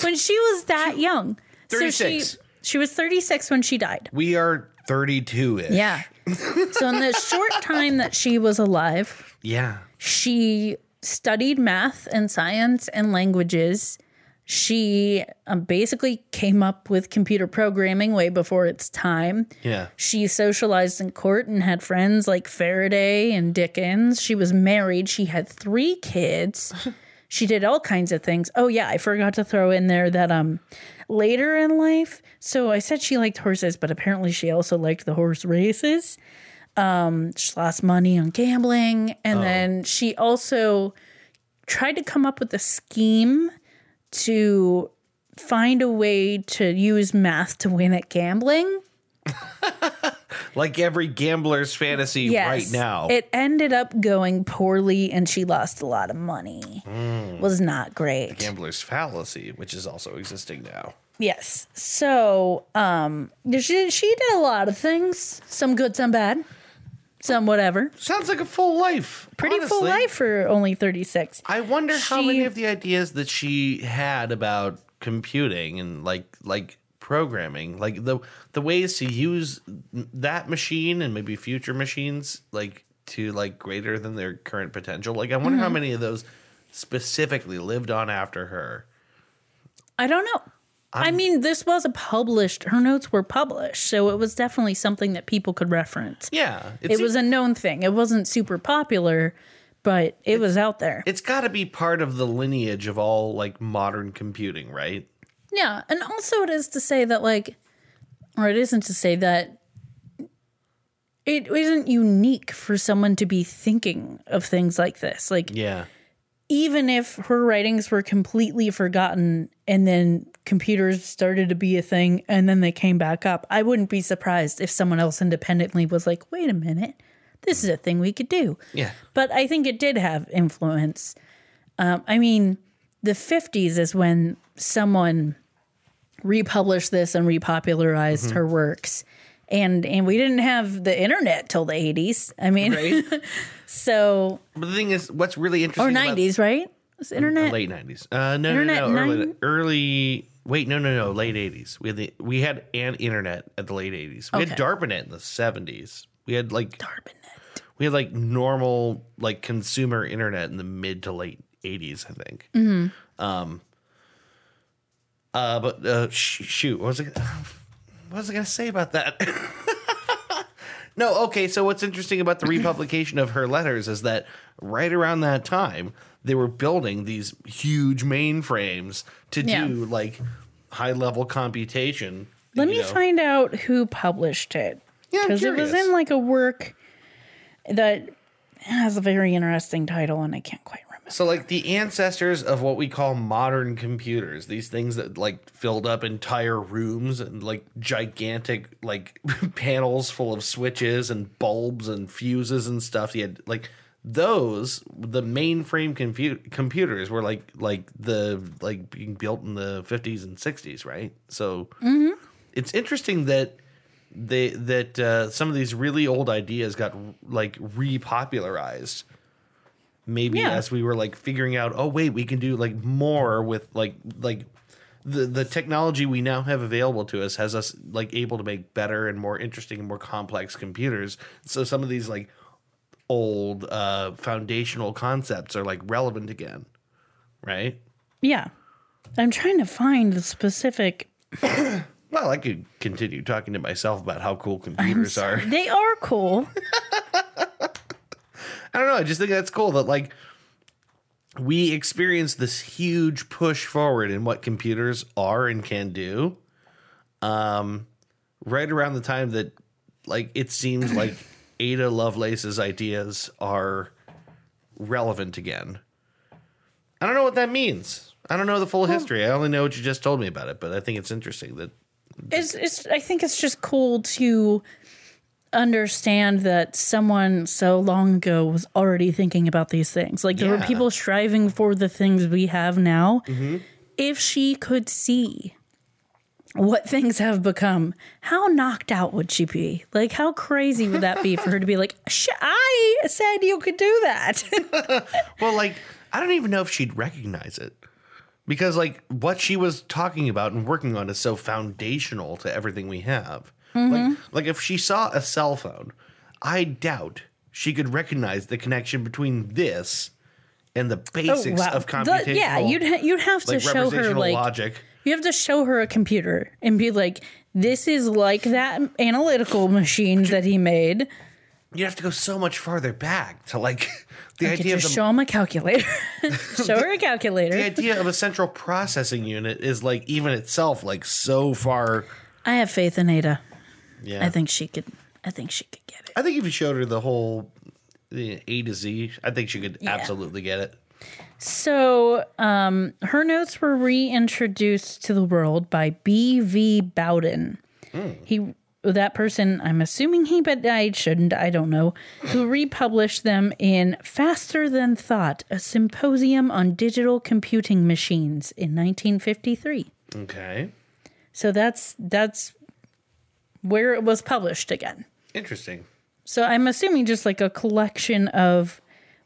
when she was that young. So 36. she, she was 36 when she died. We are 32 ish. Yeah. so in the short time that she was alive, Yeah. she studied math and science and languages. She um, basically came up with computer programming way before its time. Yeah. She socialized in court and had friends like Faraday and Dickens. She was married. She had three kids. she did all kinds of things. Oh yeah, I forgot to throw in there that um later in life. So I said she liked horses, but apparently she also liked the horse races. Um, she lost money on gambling, and then she also tried to come up with a scheme to find a way to use math to win at gambling. Like every gambler's fantasy right now. It ended up going poorly and she lost a lot of money. Mm. Was not great. gambler's fallacy, which is also existing now. Yes. So, um she she did a lot of things, some good, some bad, some whatever. Sounds like a full life. Pretty full honestly. life for only 36. I wonder how many She- of the ideas that she had about computing and like like programming, like the the ways to use that machine and maybe future machines like to like greater than their current potential. Like I wonder Mm-hmm. how many of those specifically lived on after her. I don't know. i mean, this was a published her notes were published, so it was definitely something that people could reference. Yeah, It was a known thing. It wasn't super popular, but it was out there. it's got to be part of the lineage of all like modern computing, right? Yeah, and also it is to say that like, or it isn't to say that it isn't unique for someone to be thinking of things like this. Like, Yeah. even if her writings were completely forgotten and then computers started to be a thing and then they came back up, I wouldn't be surprised if someone else independently was like, wait a minute, this is a thing we could do. Yeah. But I think it did have influence. Um, I mean, the 50s is when someone republished this and repopularized Mm-hmm. her works. And, and we didn't have the internet till the 80s. I mean, Right. so, but the thing is, what's really interesting or about 90s, right? It's internet. late nineties. Uh, no, Internet no, no, early, nine- early. Wait, no, no, no, late eighties. We had the, we had an internet at the late eighties. We had Okay. DARPANET in the seventies. We had like Darbonet. we had like normal like consumer internet in the mid to late eighties. I think. Um. Mm-hmm. Uh, but uh, sh- shoot, what was I? What was I gonna say about that? No, okay. So what's interesting about the republication of her letters is that right around that time, they were building these huge mainframes to Yeah. do like high level computation. Let you me know. find out who published it. Yeah, I'm Because it was curious. in like a work that has a very interesting title and I can't quite remember. So like the ancestors of what we call modern computers, these things that like filled up entire rooms and like gigantic like panels full of switches and bulbs and fuses and stuff. You had like those the mainframe compu- computers were like like the like being built in the 50s and 60s, right? So it's interesting that they that uh, some of these really old ideas got like repopularized. Maybe Yeah. as we were like figuring out, oh wait, we can do like more with like like the the technology we now have available to us has us like able to make better and more interesting and more complex computers. So some of these like old uh, foundational concepts are like relevant again, right? Yeah. I'm trying to find the specific. Well, I could continue talking to myself about how cool computers are. They are cool. I don't know. I just think that's cool that like we experienced this huge push forward in what computers are and can do. Um, right around the time that like it seems like Ada Lovelace's ideas are relevant again. I don't know what that means. I don't know the full history. I only know what you just told me about it, but I think it's interesting that It's, it's, I think it's just cool to understand that someone so long ago was already thinking about these things. Like there were Yeah. Mm-hmm. people striving for the things we have now. If she could see what things have become, how knocked out would she be? Like how crazy would that be for her to be like, "Sh- I said you could do that. Well, like I don't even know if she'd recognize it because like what she was talking about and working on is so foundational to everything we have. Mm-hmm. Like, like if she saw a cell phone, I doubt she could recognize the connection between this and the basics of computational. Oh, The- yeah, you'd ha- you'd have to like show her representational like logic. you have to show her a computer and be like, "This is like that analytical machine that he made." You'd have to go so much farther back to like the I could idea of just the show him a calculator. show her a calculator. the idea of a central processing unit is like even itself like so far. I have faith in Ada. Yeah, I think she could. I think she could get it. I think if you showed her the whole the A to Z, I think she could absolutely get it. So, um, her notes were reintroduced to the world by B.V. Bowden. He, that person, I'm assuming he but died, shouldn't, I don't know, who republished them in Faster Than Thought, a symposium on digital computing machines in 1953. Okay. So that's that's where it was published again. Interesting. So I'm assuming just like a collection of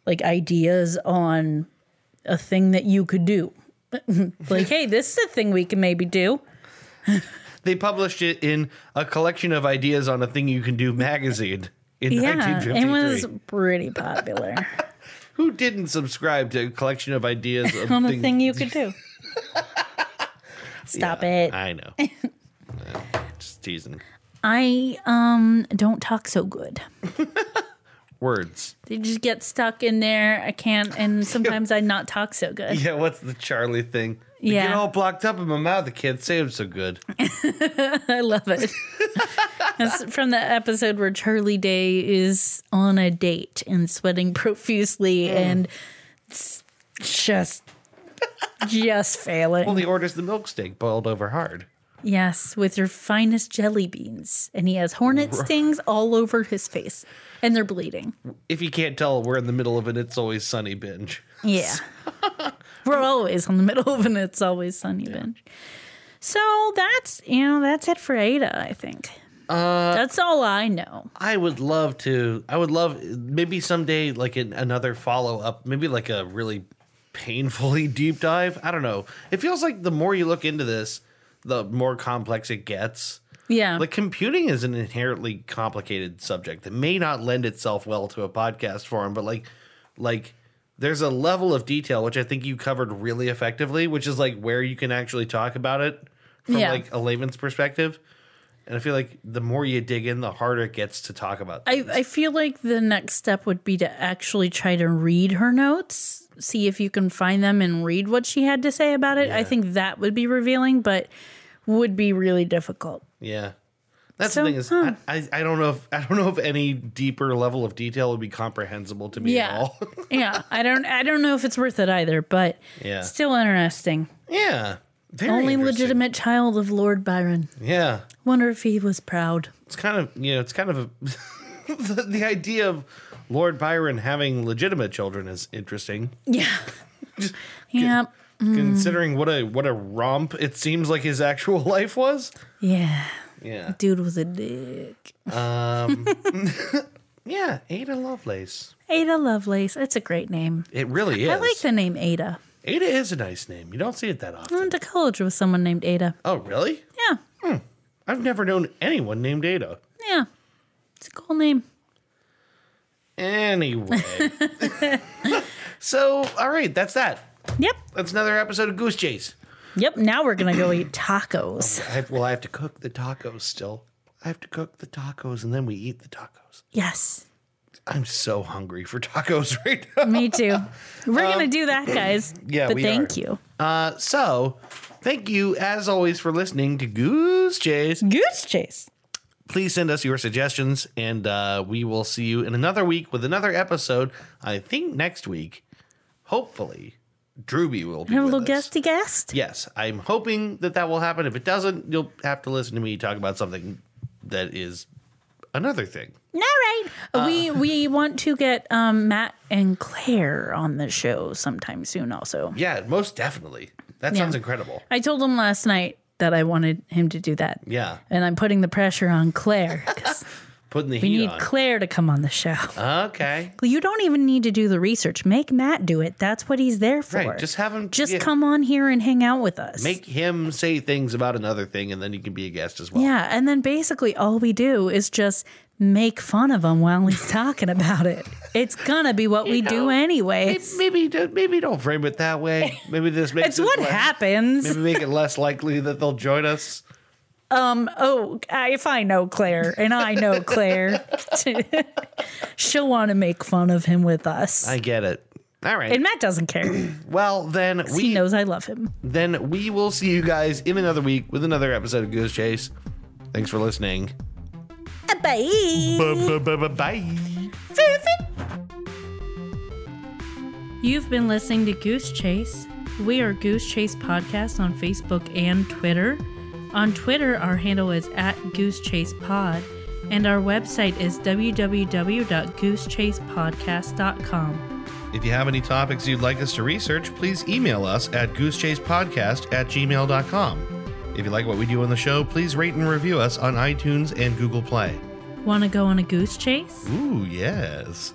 like ideas on a thing that you could do. like, hey, this is a thing we can maybe do. They published it in a collection of ideas on a thing you can do magazine in Yeah, it 1953. was pretty popular Who didn't subscribe to a collection of ideas of on a things- thing you could do. Stop it. I know. Yeah, Just teasing. I um don't talk so good. Words. They just get stuck in there. I can't, and sometimes I not talk so good. Yeah, what's the Charlie thing? They get Yeah. all blocked up in my mouth. I can't say I'm so good. I love it. That's from the episode where Charlie Day is on a date and sweating profusely and it's just just failing. Only orders the milkshake boiled over hard. yes, with your finest jelly beans. And he has hornet stings all over his face. And they're bleeding. If you can't tell, we're in the middle of an It's Always Sunny binge. Yeah. We're always on the middle of an it's always sunny bench. So that's you know, that's it for Ada, I think. that's all I know. I would love to. I would love maybe someday like an, another follow up, maybe like a really painfully deep dive. I don't know. It feels like the more you look into this, the more complex it gets. Yeah. Like computing is an inherently complicated subject that may not lend itself well to a podcast form, but like like there's a level of detail which I think you covered really effectively, which is like where you can actually talk about it from Yeah. like a layman's perspective. And I feel like the more you dig in, the harder it gets to talk about. I, I feel like the next step would be to actually try to read her notes, see if you can find them and read what she had to say about it. I think that would be revealing, but would be really difficult. yeah. That's So, the thing is I, I, I don't know if I don't know if any deeper level of detail would be comprehensible to me at Yeah. all. yeah. I don't I don't know if it's worth it either, but Yeah. still interesting. yeah. Very Only interesting. legitimate child of Lord Byron. Yeah. Wonder if he was proud. it's kind of you know it's kind of a, the, the idea of lord byron having legitimate children is interesting Yeah. Yep. Considering what a what a romp it seems like his actual life was. Yeah. Yeah. Dude was a dick. Yeah, Ada Lovelace. Ada Lovelace. It's a great name. It really is. I like the name Ada. Ada is a nice name. You don't see it that often. I went to college with someone named Ada. Oh, really? Yeah. I've never known anyone named Ada. Yeah. It's a cool name. Anyway. so, all right, that's that. Yep. That's another episode of Goose Chase. Yep. Now we're going to go eat tacos. I have, well, I have to cook the tacos still. I have to cook the tacos and then we eat the tacos. Yes. I'm so hungry for tacos right now. Me too. We're going to do that, guys. Um, yeah, But we thank are. you. Uh, so, thank you as always for listening to Goose Chase. Goose Chase. Please send us your suggestions and uh, we will see you in another week with another episode. I think next week, hopefully, Drewby will be Have a with little us. guesty guest. Yes, I'm hoping that that will happen. If it doesn't, you'll have to listen to me talk about something that is another thing. All right. Uh, we we want to get um, Matt and Claire on the show sometime soon. Also, Yeah, most definitely. That sounds incredible. I told him last night that I wanted him to do that. Yeah, And I'm putting the pressure on Claire 'cause putting the we heat need on. Claire to come on the show. okay, You don't even need to do the research. Make Matt do it. That's what he's there for. right. Just have him Just yeah, come on here and hang out with us. Make him say things about another thing, and then he can be a guest as well. yeah, and then basically all we do is just make fun of him while he's talking about it. It's gonna be what we do anyway. Maybe, don't- maybe don't frame it that way. Maybe this makes It's it what less- happens. Maybe make it less likely that they'll join us. Oh, if I know Claire, and I know Claire, she'll want to make fun of him with us. I get it. All right. and Matt doesn't care. well, then he we knows I love him. then we will see you guys in another week with another episode of Goose Chase. Thanks for listening. Bye. Bye. You've been listening to Goose Chase. We are Goose Chase Podcast on Facebook and Twitter. On Twitter, our handle is at Goose Chase Pod, and our website is www.goosechasepodcast.com. If you have any topics you'd like us to research, please email us at goosechasepodcast at gmail.com. If you like what we do on the show, please rate and review us on iTunes and Google Play. Want to go on a goose chase? Ooh, yes.